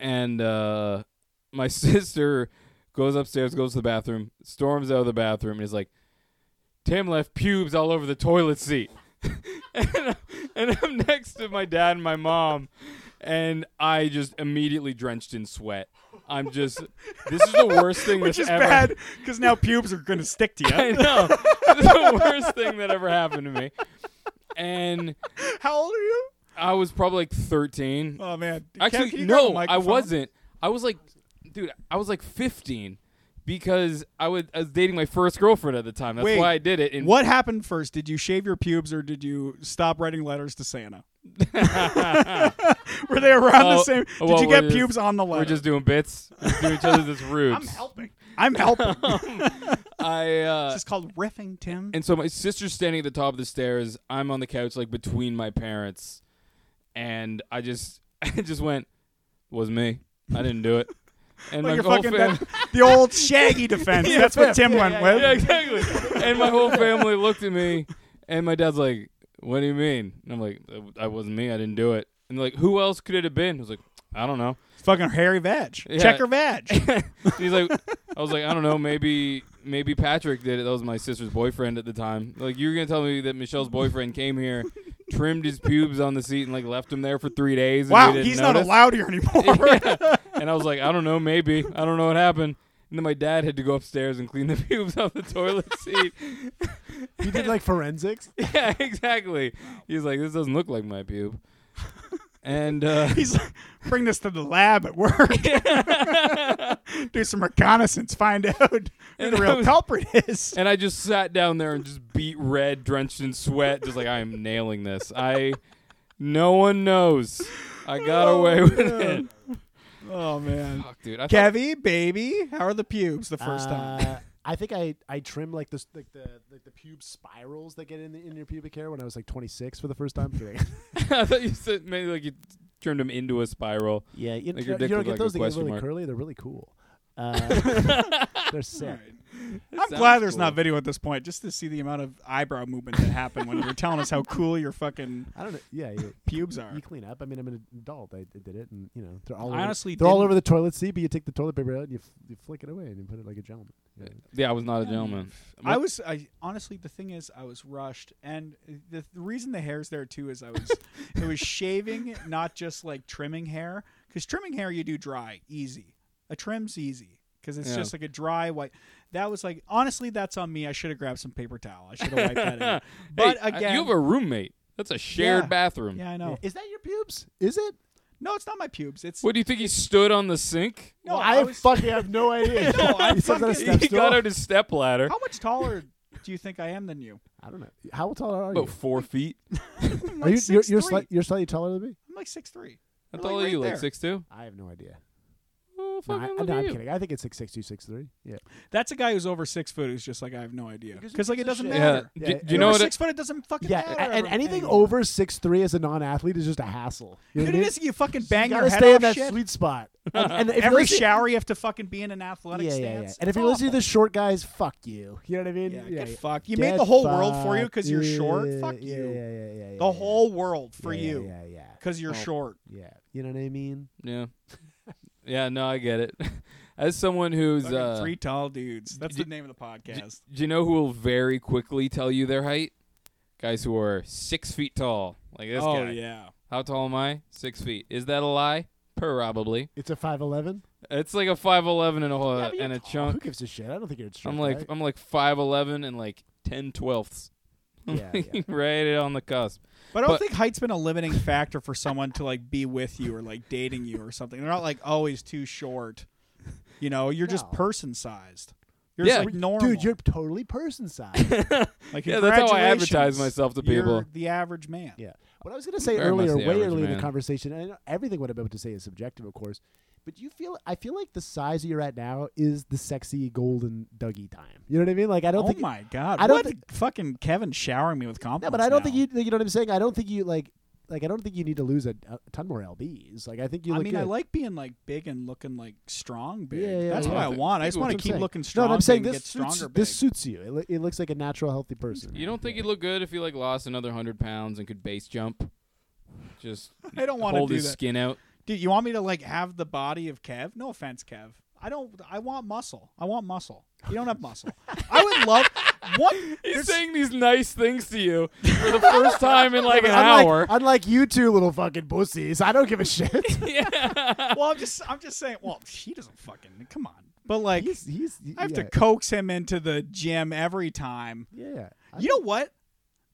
D: and uh, my sister goes upstairs, goes to the bathroom, storms out of the bathroom, and is like, "Tim left pubes all over the toilet seat," and, I'm, and I'm next to my dad and my mom, and I just immediately drenched in sweat. I'm just. This is the worst thing
C: Which
D: that's
C: is
D: ever.
C: bad because now pubes are going to stick to
D: I
C: you.
D: know. This is the worst thing that ever happened to me. And
C: How old are you?
D: I was probably like 13.
C: Oh man. Can-
D: Actually,
C: can you grab a
D: no, I
C: microphone?
D: wasn't. I was like, dude, I was like 15 because I, would, I was dating my first girlfriend at the time. That's
C: Wait,
D: why I did it. And
C: What happened first? Did you shave your pubes or did you stop writing letters to Santa? Were they around the
D: Oh,
C: same? Did
D: well,
C: you get
D: we're just-
C: pubes on the letter?
D: We're just doing bits. We're just doing each other this rude.
C: I'm helping. I'm helping.
D: I uh,
C: this is called riffing, Tim.
D: and so my sister's standing at the top of the stairs. I'm on the couch, like between my parents, and I just, I just went, was me. I didn't do it. And
C: Like
D: my
C: your
D: whole
C: fucking
D: fam-
C: the old shaggy defense. That's what Tim went with.
D: yeah, exactly. And my whole family looked at me, and my dad's like, "What do you mean?" And I'm like, "That wasn't me. I didn't do it." And they're like, "Who else could it have been?" I was like, "I don't know."
C: Fucking hairy veg.
D: Yeah.
C: Checker veg.
D: He's like, "I was like, I don't know. Maybe, maybe Patrick did it. That was my sister's boyfriend at the time. Like, you were gonna tell me that Michelle's boyfriend came here, trimmed his pubes on the seat, and like left him there for three days. and we
C: Wow,
D: didn't
C: he's not
D: notice?
C: allowed here anymore.
D: Yeah. And I was like, I don't know, maybe. I don't know what happened. And then my dad had to go upstairs and clean the pubes off the toilet seat.
B: You did like forensics.
D: yeah, exactly. He's like, this doesn't look like my pube. And uh,
C: He's like, bring this to the lab at work. Do some reconnaissance, find out who
D: And
C: the
D: I
C: real
D: was-
C: culprit is.
D: and I just sat down there and just beat red, drenched in sweat, just like I am nailing this. I no one knows. I got away with it.
C: Oh man,
D: Fuck, dude. I thought,
C: Kevy, baby, how are the pubes the first time?
B: Uh, I think I I trim like this like the like the pube spirals that get in the, in your pubic hair when I was like 26 for the first time. Kidding.
D: I thought you said maybe like you turned him into a spiral.
B: yeah, you,
D: Like your
B: you
D: dick
B: don't
D: looked
B: get
D: like a
B: those. They get
D: question
B: really
D: mark.
B: curly. They're really cool. Uh, they're sick.
C: I'm
D: sounds
C: glad there's not
D: cool.
C: video at this point, just to see the amount of eyebrow movement that happened when you were telling us how cool your fucking
B: I don't know. Yeah, you,
C: pubes are.
B: you clean up. I mean, I'm an adult. I, I did it, and you know they're all
C: I
B: over,
C: honestly
B: they're all
C: didn't-
B: over the toilet seat. But you take the toilet paper out and you f- you flick it away and you put it like a gentleman. you know.
D: Yeah, I was not a gentleman.
C: I was I honestly the thing is I was rushed and the, the reason the hair's there too is I was it was shaving not just like trimming hair cuz trimming hair you do dry easy a trim's easy cuz it's
D: Yeah.
C: just like a dry white that was like honestly that's on me I should have grabbed some paper towel I should have wiped that in but
D: Hey, I-
C: again
D: you have a roommate. That's a shared
C: Yeah.
D: bathroom.
C: Yeah I know
B: Is that your pubes? Is it?
C: No it's not my pubes it's
D: What do you think he stood on the sink?
C: no
B: Well,
C: I,
B: I,
C: was,
B: fucking have no idea.
C: No, I
B: He sits on a
C: fucking-
B: step
D: he got
B: stool.
D: out his step ladder.
C: How much taller do you think I am than you?
B: I don't know. How tall are you?
D: About four feet.
C: I'm
B: Are
C: like
B: you you're, you're,
C: 6'3".
B: slight- you're slightly taller than me.
C: I'm like 6'3".
D: How
C: Like
D: tall are
C: right
D: you? Like
C: there.
D: six two?
B: I have no idea.
D: Oh,
B: No,
D: fucking
B: I,
D: look
B: no
D: at
B: I'm
D: you.
B: kidding. I think it's six six two, six three. Yeah.
C: That's a guy who's over six foot who's just like I have no idea
B: Because
C: because like it doesn't
B: it's a
D: Yeah.
C: matter.
B: Yeah,
D: Do,
B: yeah,
D: do
B: yeah.
D: you know
C: Over
D: what?
C: six foot it doesn't fucking
B: Yeah.
C: matter.
B: a- And
C: ever-
B: anything
C: anymore.
B: over six three as a non athlete is just a hassle. You
C: dude,
B: know what I
C: it
B: mean?
C: is you fucking
B: You
C: bang your
B: gotta
C: head
B: stay
C: off
B: in that
C: shit.
B: sweet spot. And, and if you're
C: Every
B: listening-
C: shower you have to fucking be in an athletic
B: yeah, yeah, yeah.
C: stance.
B: And if
C: It's
B: you're listening to
C: awful.
B: the short guys, fuck you. You know what I mean?
C: yeah, get
B: yeah.
C: fucked. You
B: Get
C: made the whole world for you
B: fucked.
C: because you're short.
B: Yeah,
C: Fuck
B: yeah,
C: you.
B: Yeah, yeah, yeah, yeah,
C: The
B: yeah.
C: whole world for
B: Yeah,
C: you
B: Yeah, yeah,
C: because you're
D: Oh.
C: short.
B: yeah, yeah. You know what I mean?
D: Yeah. Yeah. No, I get it. As someone who's,
C: Fucking
D: uh,
C: three tall dudes. That's
D: d-
C: the name of the podcast.
D: do you know who will very quickly tell you their height? Guys who are six feet tall, like this
C: oh
D: guy.
C: yeah.
D: How tall am I? Six feet. Is that a lie? Probably.
B: It's a five eleven.
D: It's like a five eleven and a whole,
B: Yeah, but you're
D: Uh, and a
B: tall. Who
D: chunk.
B: gives a shit? I don't think you're.
D: I'm like I'm like five eleven and like ten twelfths.
B: Yeah, yeah.
D: right on the cusp.
C: But I don't
D: But-
C: think height's been a limiting factor for someone to like be with you or like dating you or something. They're not like always too short. You know, you're just
B: No.
C: person sized. You're
D: Yeah.
C: just like normal.
B: dude, you're totally person
C: like
B: sized.
D: Yeah, that's how I
C: congratulations.
D: advertise myself to people.
C: You're the average man.
B: Yeah. What I was going to say
D: Very much
B: earlier,
D: the
B: way
D: average
B: earlier in
D: man.
B: the conversation, and I know everything what I'm about to say is subjective, of course, but you feel I feel like the size that you're at now is the sexy golden Dougie time. You know what I mean? Like I don't
C: Oh
B: think.
C: my god!
B: I don't
C: what
B: think-
C: fucking Kevin showering me with
B: no,
C: compliments?
B: but I don't think
C: now.
B: you. You know what I'm saying? I don't think you like. Like I don't think you need to lose a, a ton more lbs. Like I think you
C: I
B: look
C: mean,
B: good.
C: I like being like big and looking like strong big.
B: Yeah, yeah,
C: that's
B: yeah.
C: what I want. I
D: That's
C: just
D: what
C: want to
D: I'm
C: keep
B: saying.
C: looking
B: no,
C: strong.
B: what I'm saying
C: big and
B: this
C: get stronger.
B: suits,
C: big.
B: this suits you. It, loo- it looks like a natural, healthy person.
D: You don't think
B: Yeah.
D: he'd look good if he like lost another hundred pounds and could base jump? Just
C: I don't want to
D: hold
C: do
D: his
C: that.
D: skin out.
C: Dude, you want me to like have the body of Kev? No offense, Kev. I don't. I want muscle. I want muscle. You don't have muscle. I would love one.
D: He's
C: there's-
D: saying these nice things to you for the first time in like an hour.
B: Unlike, unlike you two little fucking pussies, I don't give a shit.
C: well, I'm just. I'm just saying. Well, he doesn't fucking. Come on. But like,
B: he's, he's,
C: I have to
B: yeah,
C: coax him into the gym every time.
B: Yeah, I,
C: You know what?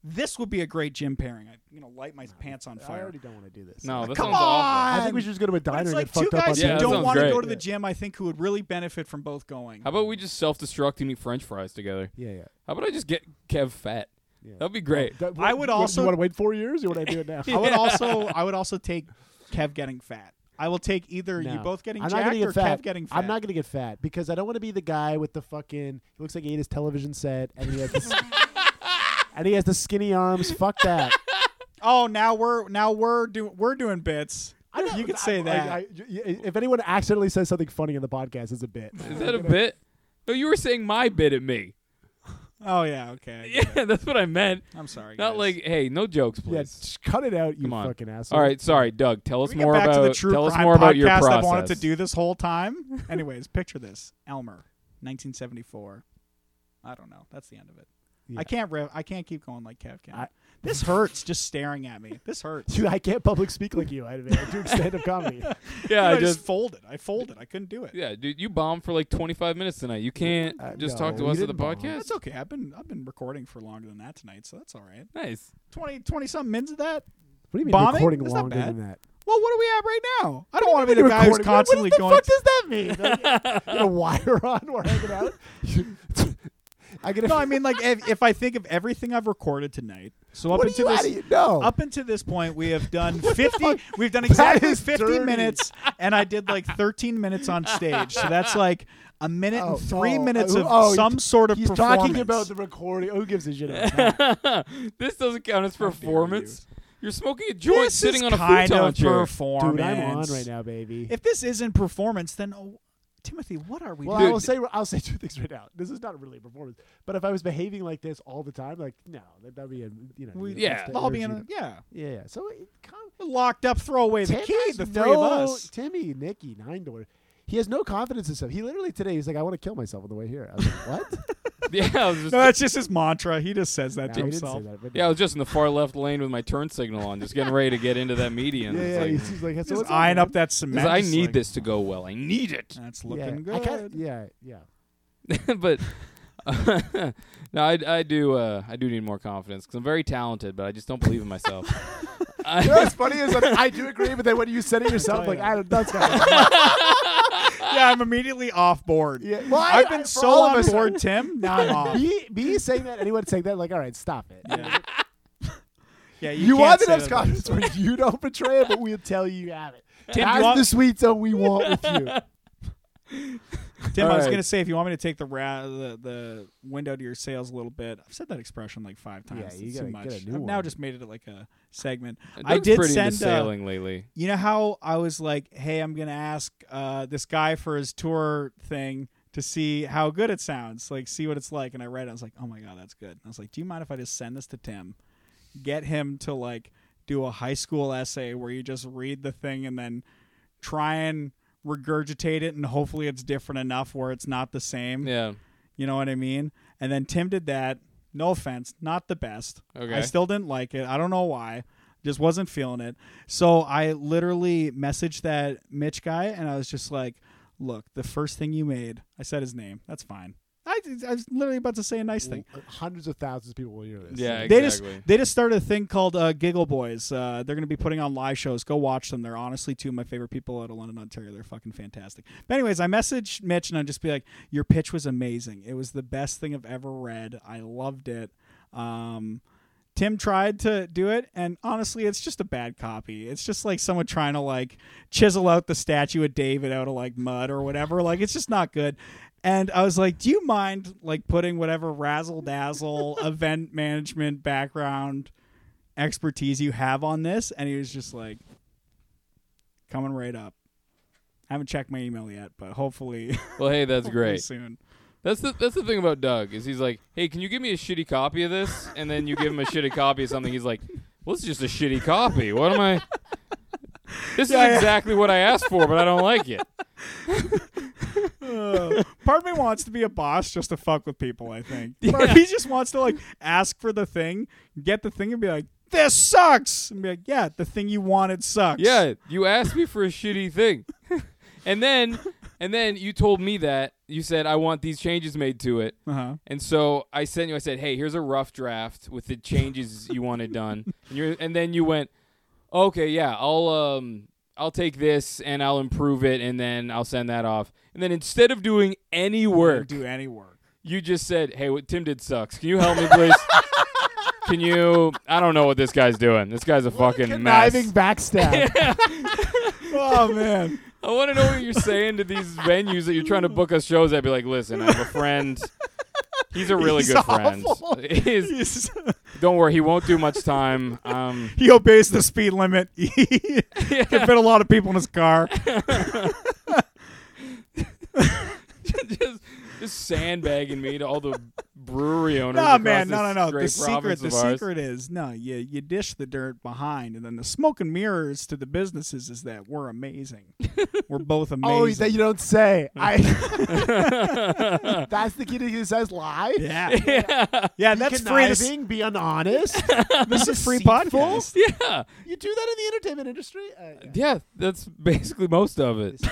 C: This would be a great gym pairing. I'm gonna light my pants on
B: I
C: fire.
B: already don't want to do this.
D: No, that
C: Come
D: sounds awful.
C: on.
B: I think we should just go to a
C: But
B: diner
C: it's
B: and
C: like
B: get
C: two
B: fucked up on
C: guys who
D: Yeah, that
C: don't
D: sounds
C: want to
D: great.
C: go to the
B: Yeah.
C: gym. I think who would really benefit from both going.
D: How about we just self-destruct and eat French fries together?
B: Yeah, yeah.
D: How about I just get Kev fat?
B: Yeah.
D: That'd be great.
B: That-
C: I would
B: you want-
C: also-
B: You want to wait four years? Or would I do it now?
C: I would also I would also take Kev getting fat. I will take either you
B: No.
C: both getting
B: I'm not
C: jacked
B: gonna get
C: or
B: fat.
C: Kev getting fat.
B: I'm not gonna get fat because I don't want to be the guy with the fucking. He looks like he ate his television set, and he has this, and he has the skinny arms. Fuck that.
C: oh, now we're now we're doing we're doing bits.
B: I don't-
C: you could
B: I-
C: say
B: I-
C: that.
B: I- y- if anyone accidentally says something funny in the podcast, it's a bit.
D: Is that a bit? No, you were saying my bit at me.
C: oh yeah, okay. I get it.
D: Yeah, that's what I meant.
C: I'm sorry.
D: Not
C: guys.
D: like, hey, no jokes,
B: Yeah,
D: please.
B: just cut it out, you
D: Come on.
B: fucking asshole.
D: All right, sorry, Doug. Tell us
C: Can we get
D: more
C: back
D: about
C: to the true
D: tell us
C: crime
D: more about your
C: podcast
D: process.
C: I've wanted to do this whole time. Anyways, picture this: Elmer, 1974. I don't know. That's the end of it.
B: Yeah.
C: I can't. Riff, I can't keep going like Kev can.
B: I-
C: this hurts. Just staring at me. This hurts.
B: Dude, I can't public speak like you. I, mean, I do stand-up comedy.
D: Yeah,
C: I,
D: I
C: just
D: just
C: folded. I folded. I couldn't do it.
D: yeah, dude, you bombed for like 25 minutes tonight. You can't
B: Uh,
D: just
B: no,
D: talk to
B: you
D: us at the
B: didn't bomb.
D: podcast.
C: That's okay. I've been I've been recording for longer than that tonight, so that's all right.
D: Nice.
C: 20, 20 something minutes of that.
B: What do you mean
C: Bombing?
B: recording
C: That's not
B: longer
C: bad.
B: than that?
C: Well, what are we at right now? I don't want to be the guy who's
B: Recording- what-
C: constantly
B: what the
C: going.
B: fuck does that mean? Like, you got a wire on, we're hanging out. I get a
C: no, I mean like if, if I think of everything I've recorded tonight. So up
B: What are
C: into
B: you
C: this
B: out of your- no.
C: up until this point we have done 50 we've done exactly
B: is
C: 50
B: dirty.
C: minutes and I did like 13 minutes on stage. So that's like a minute
B: Oh,
C: and 3
B: oh,
C: minutes
B: oh,
C: of
B: oh,
C: some sort of
B: He's
C: performance.
B: talking about the recording. Who gives a shit about that?
D: this doesn't count as performance. You're smoking a joint
C: This
D: sitting
C: is
D: on a
C: kind
D: futon
C: of
D: chair.
C: performance.
B: Dude, I'm on right now, baby.
C: If this isn't performance, then oh, Timothy, what are we
B: well,
C: doing?
B: I will say I'll say two things right now. This is not really a performance, but if I was behaving like this all the time, like no, that would be a you know
C: We-
B: that's
D: yeah.
B: the
C: We'll all be in
B: energy
C: a, yeah.
B: that- yeah, yeah. So it, come,
C: Locked up, throw away the
B: Tim
C: key,
B: has
C: the
B: no,
C: three of us.
B: Timmy, Nikki, Nine Door. He has no confidence in himself. He literally today he's like, I want to kill myself on the way here. I was like, what?
D: yeah, I was just
C: No, that's just his mantra. He just says that
B: No,
C: to
B: he didn't say
C: himself.
B: that, but-
D: yeah, I was just in the far left lane with my turn signal on, just getting ready to get into that median.
B: yeah,
D: It's
B: yeah.
D: like,
B: he's, he's like, so
C: Just
B: what's
C: eyeing
B: man?
C: up that cement.
D: Because I
C: just
D: need
C: like,
D: this to go well. I need it.
C: That's
B: Yeah,
C: looking
B: I
C: good.
B: kinda- yeah, yeah.
D: but no, I, I do. Uh, I do need more confidence because I'm very talented, but I just don't believe in myself. I-
B: You know what's funny is that I do agree, but then when you said it yourself,
C: Oh,
B: like
C: yeah.
B: I don't, that's kind of
C: yeah, I'm immediately off board.
B: yeah. Well, I-
C: I've been
B: for
C: so
B: all of
C: on
B: us-
C: board, Tim. Now I'm off.
B: Me, me saying that, anyone saying that, like, all right, stop it.
C: Yeah. Yeah, you,
B: You,
C: can't
B: want the
C: say
B: next
C: that about
B: confidence where you don't betray it, but we'll tell you you have it.
C: Tim,
B: That's
C: you want-
B: the sweet zone we want with you.
C: Tim, I was
D: Alright.
C: gonna say if you want me to take the ra- the, the window to your sails a little bit, I've said that expression like five times.
B: Yeah, you
C: It's
B: gotta
C: too
B: get
C: much.
B: a new
C: I've now
B: one.
C: just made it like a segment. I
D: Doug's
C: did
D: pretty
C: send,
D: into
C: uh,
D: sailing lately.
C: You know how I was like, hey, I'm gonna ask uh, this guy for his tour thing to see how good it sounds, like see what it's like. And I read, it, I was like, oh my god, that's good. And I was like, do you mind if I just send this to Tim, get him to like do a high school essay where you just read the thing and then try and regurgitate it, and hopefully it's different enough where it's not the same.
D: Yeah.
C: You know what I mean? And then Tim did that. No offense, not the best.
D: Okay.
C: I still didn't like it. I don't know why. Just wasn't feeling it. So I literally messaged that Mitch guy and I was just like, look, the first thing you made, I said his name. That's fine. I, I was literally about to say a nice thing.
B: Hundreds of thousands of people will hear this.
D: Yeah.
C: They just
D: exactly.
C: they just started a thing called uh, Giggle Boys. Uh, they're going to be putting on live shows. Go watch them. They're honestly two of my favorite people out of London, Ontario. They're fucking fantastic. But anyways, I messaged Mitch and I'd just be like, "Your pitch was amazing. It was the best thing I've ever read. I loved it." Um, Tim tried to do it, and honestly, it's just a bad copy. It's just like someone trying to like chisel out the statue of David out of like mud or whatever. Like it's just not good. And I was like, "Do you mind like putting whatever razzle dazzle event management background expertise you have on this?" And he was just like, "Coming right up." I haven't checked my email yet, but hopefully,
D: Well, hey, that's
C: hopefully
D: great.
C: soon.
D: That's the that's the thing about Doug is he's like, hey, can you give me a shitty copy of this? And then you give him a shitty copy of something. He's like, well, it's just a shitty copy. What am I? This
C: Yeah, yeah.
D: is exactly what I asked for, but I don't like it.
C: Part of me wants to be a boss just to fuck with people. I think. Part of me just wants to like ask for the thing, get the thing, and be like, "This sucks," and be like, "Yeah, the thing you wanted sucks."
D: Yeah, you asked me for a shitty thing, and then and then you told me that you said I want these changes made to it,
C: Uh huh.
D: and so I sent you. I said, hey, here's a rough draft with the changes you wanted done, and, you're, and then you went, okay, yeah, I'll um I'll take this and I'll improve it, and then I'll send that off. And then instead of doing any work,
C: Do any work.
D: you just said, "Hey, what Tim did sucks. Can you help me, please? Can you? I don't know what this guy's doing. This guy's a fucking mess.
B: Conniving backstab.
C: Oh man.
D: I want to know what you're saying to these venues that you're trying to book us shows. I'd be like, listen, I have a friend. He's a really
B: He's
D: good friend.
B: awful.
D: He's, don't worry, he won't do much time. Um,
C: he obeys the speed limit. he can fit a lot of people in his car.
D: just, just sandbagging me to all the brewery owners.
C: No
D: across
C: man,
D: this
C: no, no, no.
D: Great
C: The secret,
D: province
C: the
D: of ours.
C: secret is no. You you dish the dirt behind, and then the smoke and mirrors to the businesses is that we're amazing. we're both amazing.
B: Oh, that you don't say. I. That's the key to he says lie.
C: yeah, yeah, That's free. This,
B: Conniving, be unhonest.
C: this is free podcast.
D: Yeah,
B: you do that in the entertainment industry? Uh, yeah.
D: yeah. That's basically most of it.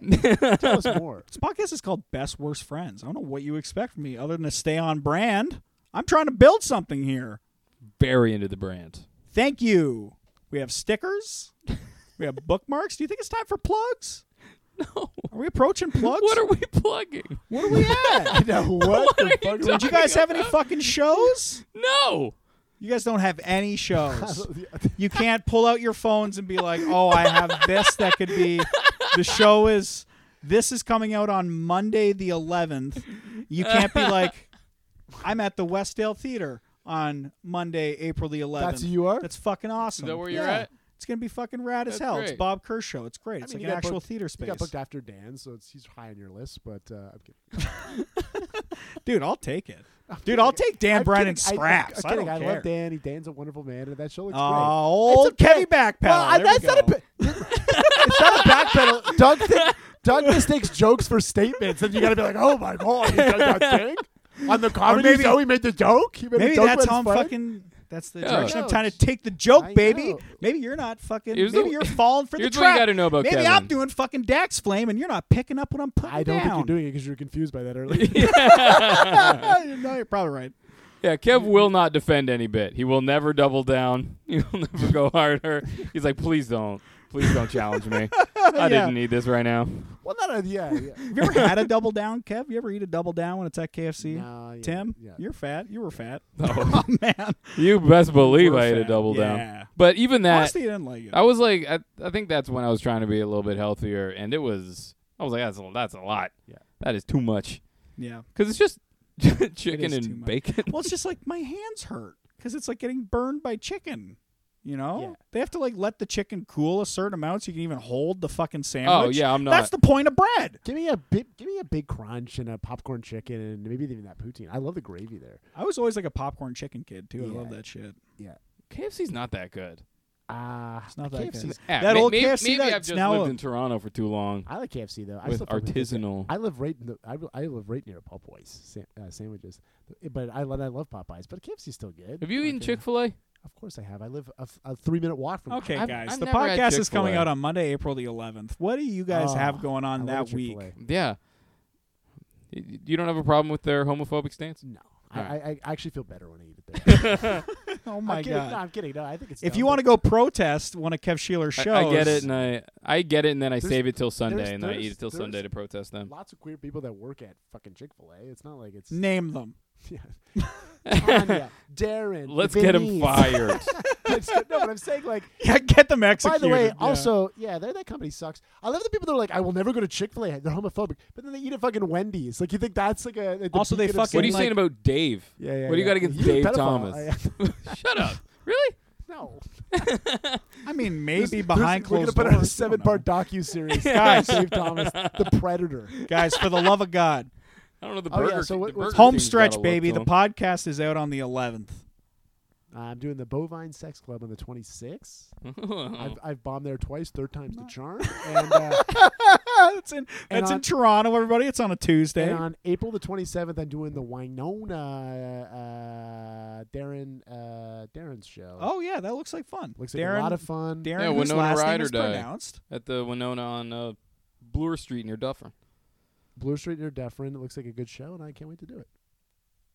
B: This is fucked up. Yeah. Tell us more.
C: This podcast is called Best Worst Friends. I don't know what you expect from me other than to stay on brand. I'm trying to build something here.
D: Very into the brand.
C: Thank you. We have stickers. We have bookmarks. Do you think it's time for plugs?
D: No.
C: Are we approaching plugs?
D: What are we plugging?
C: What are we at?
B: You know what? the fuck?
D: you
B: are we-
C: Did you guys have any fucking shows?
D: No.
C: You guys don't have any shows. You can't pull out your phones and be like, "Oh, I have this that could be." The show is this is coming out on Monday the 11th. You can't be like, "I'm at the Westdale Theater on Monday, April the 11th."
B: That's who you are?
C: That's fucking awesome.
D: that where you're
C: Yeah.
D: at?
C: It's gonna be fucking rad as
D: That's
C: hell. It's
D: great.
C: Bob Kerr show. It's great. It's
B: mean, you
C: like an
B: got
C: actual
B: booked-
C: theater
B: You
C: space.
B: got booked after Dan, so it's, he's high on your list, but uh, I'm kidding.
C: Dude, I'll take it. Dude, I'll take Dan
B: I'm
C: Brennan
B: kidding. I-
C: scraps. I,
B: I'm kidding.
C: don't
B: I,
C: care.
B: love Dan. He, Dan's a wonderful man, and that show looks great.
C: Oh, old Kenny backpedal.
B: Well, I-
C: There we
B: that's not a.
C: go.
B: pa- it's not a backpedal. Doug, thi- Doug mistakes jokes for statements, and you got to be like, "Oh my god, he does that thing." On the comedy
C: maybe-
B: show, he made the joke. He made a
C: Maybe
B: joke
C: that's
B: when
C: how I'm
B: it's funny.
C: fucking. That's the
D: Yeah.
C: direction
B: No,
C: I'm trying to
B: it's-
C: take the joke,
B: I
C: baby.
B: know.
C: Maybe you're not fucking.
D: Here's
C: maybe
D: the-
C: you're falling for
D: here's
C: the
D: what you
C: trap.
D: gotta know about
C: maybe
D: Kevin.
C: I'm doing fucking Dax Flame, and you're not picking up what I'm putting
B: I don't
C: down.
B: think you're doing it because you're confused by that earlier.
C: no, you're probably right.
D: Yeah, Kev will not defend any bit. He will never double down. He will never go harder. He's like, please don't. Please don't challenge me. I didn't need this right now.
B: well, not a, yeah, yeah.
C: Have you ever had a double down, Kev? You ever eat a double down when it's at KFC?
B: Nah, yeah,
C: Tim,
B: yeah.
C: you're fat. You were fat.
D: Oh.
C: man.
D: You best believe I ate a
C: fat.
D: double
C: Yeah.
D: down. Oh. But even that,
C: Honestly, you didn't like it.
D: I was like, I, I think that's when I was trying to be a little bit healthier, and it was. I was like, that's a, that's a lot.
B: Yeah.
D: That is too much.
C: yeah.
D: Because it's just chicken
C: is too
D: and
C: much.
D: bacon.
C: Well, it's just like my hands hurt because it's like getting burned by chicken. You know,
B: Yeah.
C: they have to like let the chicken cool a certain amount so you can even hold the fucking sandwich.
D: Oh yeah, I'm not.
C: That's the point of bread.
B: Give me a big, give me a big crunch and a popcorn chicken, and maybe even that poutine. I love the gravy there.
C: I was always like a popcorn chicken kid too. I
B: Yeah.
C: love that shit.
D: KFC's not that good.
B: Ah,
C: It's not that
B: KFC. 's-
D: Yeah,
C: That
D: may-
C: old
D: may-
C: KFC
D: maybe
C: that's
D: I've just
C: now
D: lived
C: a-
D: in Toronto for too long
B: I like KFC though. I
D: with
B: still fuck with it.
D: artisanal.
B: I live right in the. I, li- I live right near Popeyes sa- uh, sandwiches, but I, lo- I love Popeyes. But KFC's still good.
D: Have you eaten
B: Fucking-
D: Chick Fil A?
B: Of course I have. I live a, f- a three minute walk from.
C: Okay,
D: I've-
C: guys,
D: I've
C: the
D: never had
C: podcast is coming
D: Chick-fil-A.
C: out on Monday, April the 11th. What do you guys
B: Oh,
C: have going
B: I
C: on
B: love a
C: that week?
B: Chick-fil-A.
D: Yeah. Y- y- You don't have a problem with their homophobic stance?
B: No, I,
D: Alright.
B: I, I actually feel better when I eat it there.
C: Oh my
B: I'm kidding. No,
C: god!
B: I'm kidding. No, I think it's.
C: If you want to go protest one of Kev Sheeler's
D: I-
C: shows,
D: I, get it, and I I get it, and then I
B: There's-
D: save it till Sunday,
B: there's-
D: and then I eat
B: there's-
D: it till
B: there's-
D: Sunday to protest them.
B: lots of queer people that work at fucking Chick Fil A. It's not like it's.
C: name them.
B: Yeah. Tanya, Darren,
D: Let's get him
B: Denise.
D: fired.
B: It's- no, but I'm saying like.
C: Yeah, get them
B: By
C: executed.
B: the way,
C: yeah.
B: also, yeah, that that company sucks. I love the people that are like, I will never go to Chick Fil A. They're homophobic, but then they eat at fucking Wendy's. Like, you think that's like a like the
C: Also, they
B: beacon of
C: fucking
D: what are you
C: like-
D: saying about Dave?
B: Yeah, yeah.
D: What do
B: yeah.
D: you got against
B: He's a
D: Dave
B: pedophile.
D: Thomas?
B: I-
D: Shut up. Really?
B: no.
C: I mean,
B: There's-
C: maybe
B: there's-
C: behind
B: We're
C: closed
B: gonna put
C: doors.
B: out a
C: I don't
B: seven
C: know.
B: part docu series.
C: Guys.
B: Dave Thomas, the Predator.
C: guys, for the love of God,
D: I don't know the
B: Oh, yeah,
D: burger.
B: so
D: King-
B: what-
D: the
B: what's-
D: Burger
C: home
D: King's
C: stretch,
D: gotta look
C: baby.
D: to
C: The
D: 'em.
C: podcast is out on the 11th.
B: I'm doing the Bovine Sex Club on the
D: Oh.
B: 26th. I've, I've bombed there twice. Third time's the charm. And uh,
C: that's in
B: And
C: that's
B: on-
C: in Toronto, everybody. It's on a Tuesday.
B: And on April the 27th, I'm doing the Winona uh, Darren uh, Darren's show.
C: oh yeah, that looks like fun.
B: looks like
C: Darren,
B: a lot of fun.
C: Darren,
D: Yeah,
C: whose
D: Winona
C: last name
D: Ryder
C: is
D: died.
C: pronounced.
D: at the Winona on uh, Bloor Street near Dufferin.
B: Blue Street near Dufferin. It looks like a good show, and I can't wait to do it.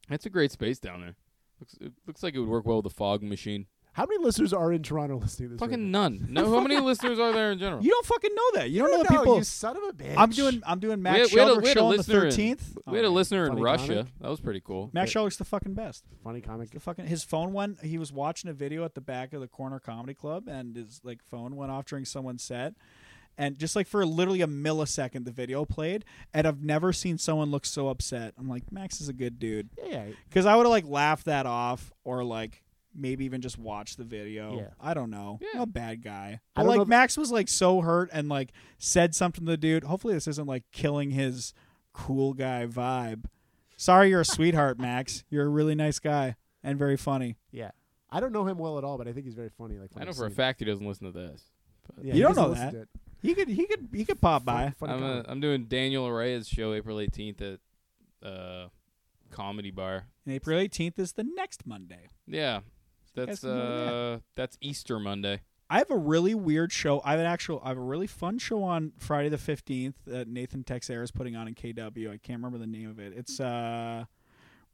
D: That's a great space down there. Looks, it looks like it would work well with a fog machine.
B: How many listeners are in Toronto listening to this?
D: Fucking none. No, how many listeners are there in general?
C: You don't fucking know that. You don't
B: right now?
C: know
B: No,
C: the people.
B: You son of a bitch.
C: I'm doing. I'm doing Max
D: We had- we had a-
C: Sheldrick
D: we had a
C: show on the
D: listener in-
C: 13th.
D: we had a
B: Oh,
D: listener in
B: funny
D: Russia.
B: comic.
D: That was pretty cool.
C: Max Sheldrick's the fucking best.
B: funny comic.
C: The fucking his phone went. He was watching a video at the back of the corner comedy club, and his like phone went off during someone's set, and just like for literally a millisecond, the video played, and I've never seen someone look so upset. I'm like, Max is a good dude,
B: Yeah,
C: because I would have like laughed that off, or like maybe even just watched the video.
B: Yeah.
C: I don't know.
D: Yeah.
C: I'm a bad guy.
B: I
C: But
B: don't know
C: like
B: if-
C: Max was like so hurt and like said something to the dude. Hopefully this isn't like killing his cool guy vibe. Sorry you're a sweetheart, Max. You're a really nice guy and very funny.
B: yeah. I don't know him well at all, but I think he's very funny. Like when
D: I know
B: I've
D: for a
B: seen
D: fact he doesn't listen to this.
B: him. Yeah,
C: You
B: he
C: don't
B: doesn't
C: know
B: listen
C: that.
B: to it.
C: He could he could he could pop by.
B: Funny
D: I'm,
B: comic.
D: uh, I'm doing Daniel Araya's show April 18th at uh, Comedy Bar.
C: And April 18th is the next Monday.
D: Yeah,
C: guys
D: that's
C: can go to that.
D: uh, that's Easter Monday.
C: I have a really weird show. I have an actual I have a really fun show on Friday the 15th that Nathan Texera is putting on in KW. I can't remember the name of it. It's uh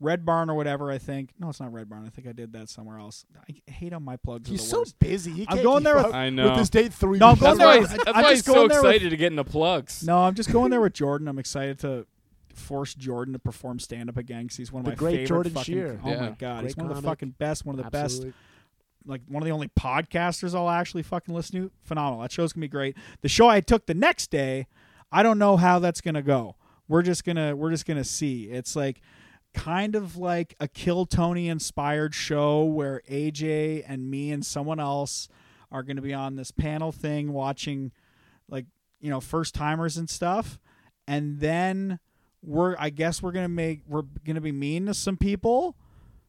C: Red Barn or whatever, I think. No, it's not Red Barn. I think I did that somewhere else. I hate on my plugs. are
B: He's
C: the
B: so
C: worst.
B: busy. He
C: I'm
B: can't
C: going
B: keep
C: there Oh, with-
B: up
D: I know.
B: with this date three.
C: No, I'm
B: weeks
C: going
D: That's
B: out.
C: there
D: why,
C: with-
D: he's-
C: I'm
D: that's why
C: just
D: he's so
C: going there with-
D: excited to get in the plugs.
C: No, I'm just going there with Jordan. I'm excited to force Jordan to perform stand up again because he's one of
B: The
C: my
B: great
C: favorite
B: Jordan
C: fucking.
B: Shear.
C: Oh my
D: Yeah.
C: god, he's
B: Great
C: one of the
B: comic.
C: fucking best. One of the best.
B: Absolutely.
C: Like one of the only podcasters I'll actually fucking listen to. Phenomenal. That show's gonna be great. The show I took the next day, I don't know how that's gonna go. We're just gonna we're just gonna see. It's like kind of like a Kill Tony inspired show where AJ and me and someone else are going to be on this panel thing watching like you know first timers and stuff and then we're I guess we're going to make we're going to be mean to some people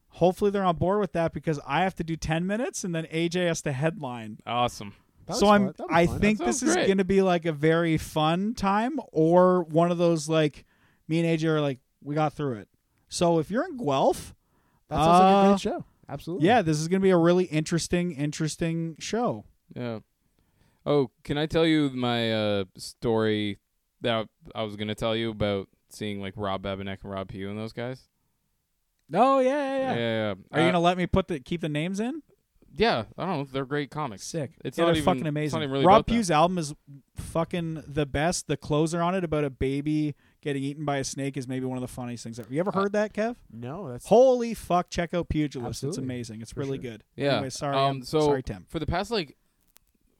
C: hopefully they're on board with that because I have to do 10 minutes and then AJ has to headline
D: Awesome.
B: That
C: so
B: was
C: I'm
B: fun. That was
C: I
B: fun.
C: think
D: That
C: this
D: sounds
C: is
D: great.
C: going to be like a very fun time or one of those like me and AJ are like we got through it. So if you're in Guelph,
B: That sounds like a
C: Uh,
B: great show. Absolutely.
C: yeah, this is going to be a really interesting interesting show.
D: Yeah. Oh, can I tell you my uh, story that I was gonna tell you about seeing like Rob Babinek and Rob Pugh and those guys?
C: Oh yeah,
D: Yeah, yeah.
C: Are you
D: Uh,
C: gonna let me put the keep the names in?
D: yeah, I don't know. They're great comics.
C: Sick.
D: It's
C: yeah,
D: not
C: they're
D: even-
C: fucking
D: it's not
C: amazing.
D: even really
C: Rob
D: about that.
C: Pugh's album is fucking the best. The closer on it about a baby getting eaten by a snake is maybe one of the funniest things ever. You ever
D: Uh,
C: heard that, Kev?
B: No, that's
C: Holy fuck! Check out Pugilist. It's
B: Absolutely.
C: amazing. It's
B: For
C: really
B: sure.
C: good.
D: Yeah.
C: Anyway, sorry.
D: Um,
C: I'm-
D: so-
C: sorry, Tim.
D: For the past like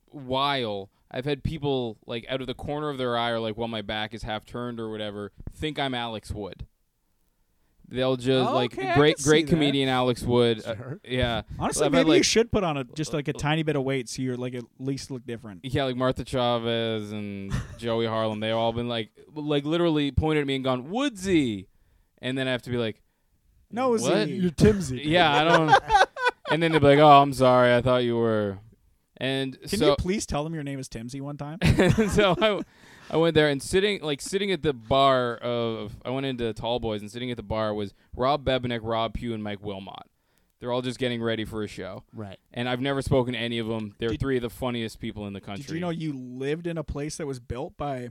D: while, I've had people like out of the corner of their eye or like while my back is half turned or whatever, think I'm Alex Wood. They'll just
C: Oh,
D: like
C: okay, I
D: great
C: can
D: great
C: see that.
D: comedian Alex Wood. uh,
B: Sure.
D: yeah.
C: Honestly,
D: I've had,
C: maybe you
D: like- uh,
C: should put on a just like a tiny bit of weight so you're like at least look different.
D: Yeah, like Martha Chavez and Joey Harlem, they all been like, like literally pointed at me and gone Woodsy, and then I have to be like,
C: No, it's
D: What?
C: the-
B: you're Timsy.
D: yeah, I don't. and then they'll be like, oh, I'm sorry, I thought you were. And
C: Can
D: so,
C: you please tell them your name is Timsy one time?
D: And so I, I went there and sitting like sitting at the bar of I went into Tall Boys and sitting at the bar was Rob Bebnick, Rob Pugh, and Mike Wilmot. They're all just getting ready for a show,
B: Right.
D: and I've never spoken to any of them. They're
C: Did-
D: three of the funniest people in the country.
C: Did you know you lived in a place that was built by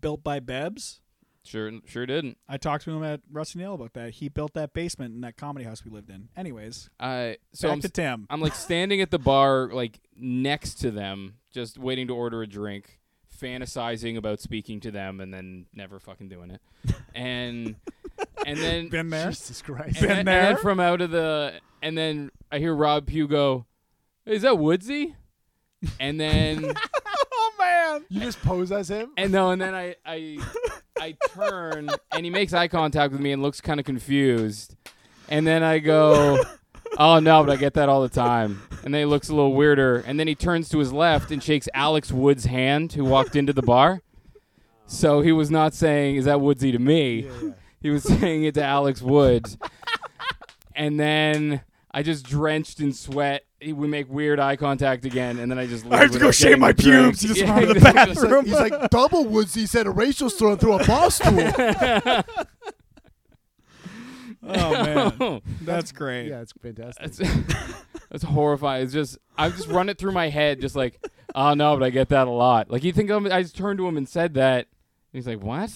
C: built by Bebs?
D: Sure, sure didn't.
C: I talked to him at Rusty Nail about that. He built that basement in that comedy house we lived in. Anyways,
D: I so
C: back
D: I'm
C: to Tim.
D: I'm like standing at the bar, like next to them, just waiting to order a drink, fantasizing about speaking to them, and then never fucking doing it. And and then
C: Been there.
B: Jesus Christ.
D: and
C: Been
D: then, and then
C: there?
D: from out of the and then I hear Rob Pugh go, "Is that Woodsy?" And then
C: oh man.
B: You just pose as him.
D: and no, and then I I I turn and he makes eye contact with me and looks kind of confused, and then I go, "Oh no, but I get that all the time." And then he looks a little weirder, and then he turns to his left and shakes Alex Wood's hand, who walked into the bar. So he was not saying, "Is that Woodsy?" to me.
B: Yeah, yeah.
D: He was saying it to Alex Wood. and then I just drenched in sweat he- we make weird eye contact again, and then I just leave
C: have to go
D: without
C: shave
D: getting
C: my
D: a drink.
C: pubes. He just
D: Yeah,
C: went to the
D: exactly.
C: bathroom.
B: He's like double Woodsy said a racial slur through a bar stool.
C: Oh man, that's great.
B: yeah, it's fantastic.
D: That's, that's horrifying. It's just I've just run it through my head, just like oh no, but I get that a lot. Like you think I'm, I just turned to him and said that, and he's like, "What?"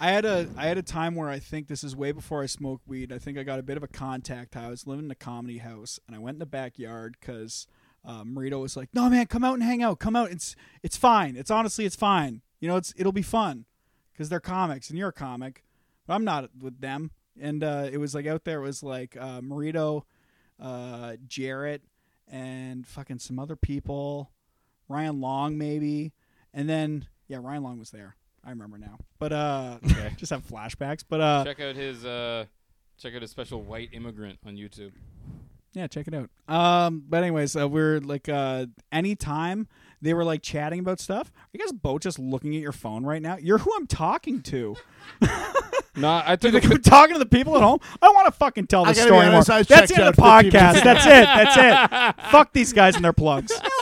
C: I had a I had a time where I think this is way before I smoked weed. I think I got a bit of a contact. I was living in a comedy house, and I went in the backyard because uh, Marito was like, "No, man, come out and hang out. Come out. It's it's fine. It's honestly, it's fine. You know, it's it'll be fun because they're comics, and you're a comic, but I'm not with them." And uh, it was like out there it was like uh, Marito, uh, Jarrett, and fucking some other people, Ryan Long maybe, and then yeah, Ryan Long was there. I remember now, but uh,
D: Okay.
C: just have flashbacks. But uh,
D: check out his uh, check out his special white immigrant on YouTube.
C: yeah, check it out. Um, but anyways, uh, we're like uh, anytime they were like chatting about stuff. Are you guys both just looking at your phone right now? You're who I'm talking to.
D: No, I took
C: Like,
D: a
C: I'm talking to the people at home. I don't want to fucking tell the
B: I gotta be
C: story
B: honest,
C: anymore.
B: I was
C: That's
B: checked
C: the end of the
B: out 15
C: podcast. That's it. That's it. Fuck these guys and their plugs.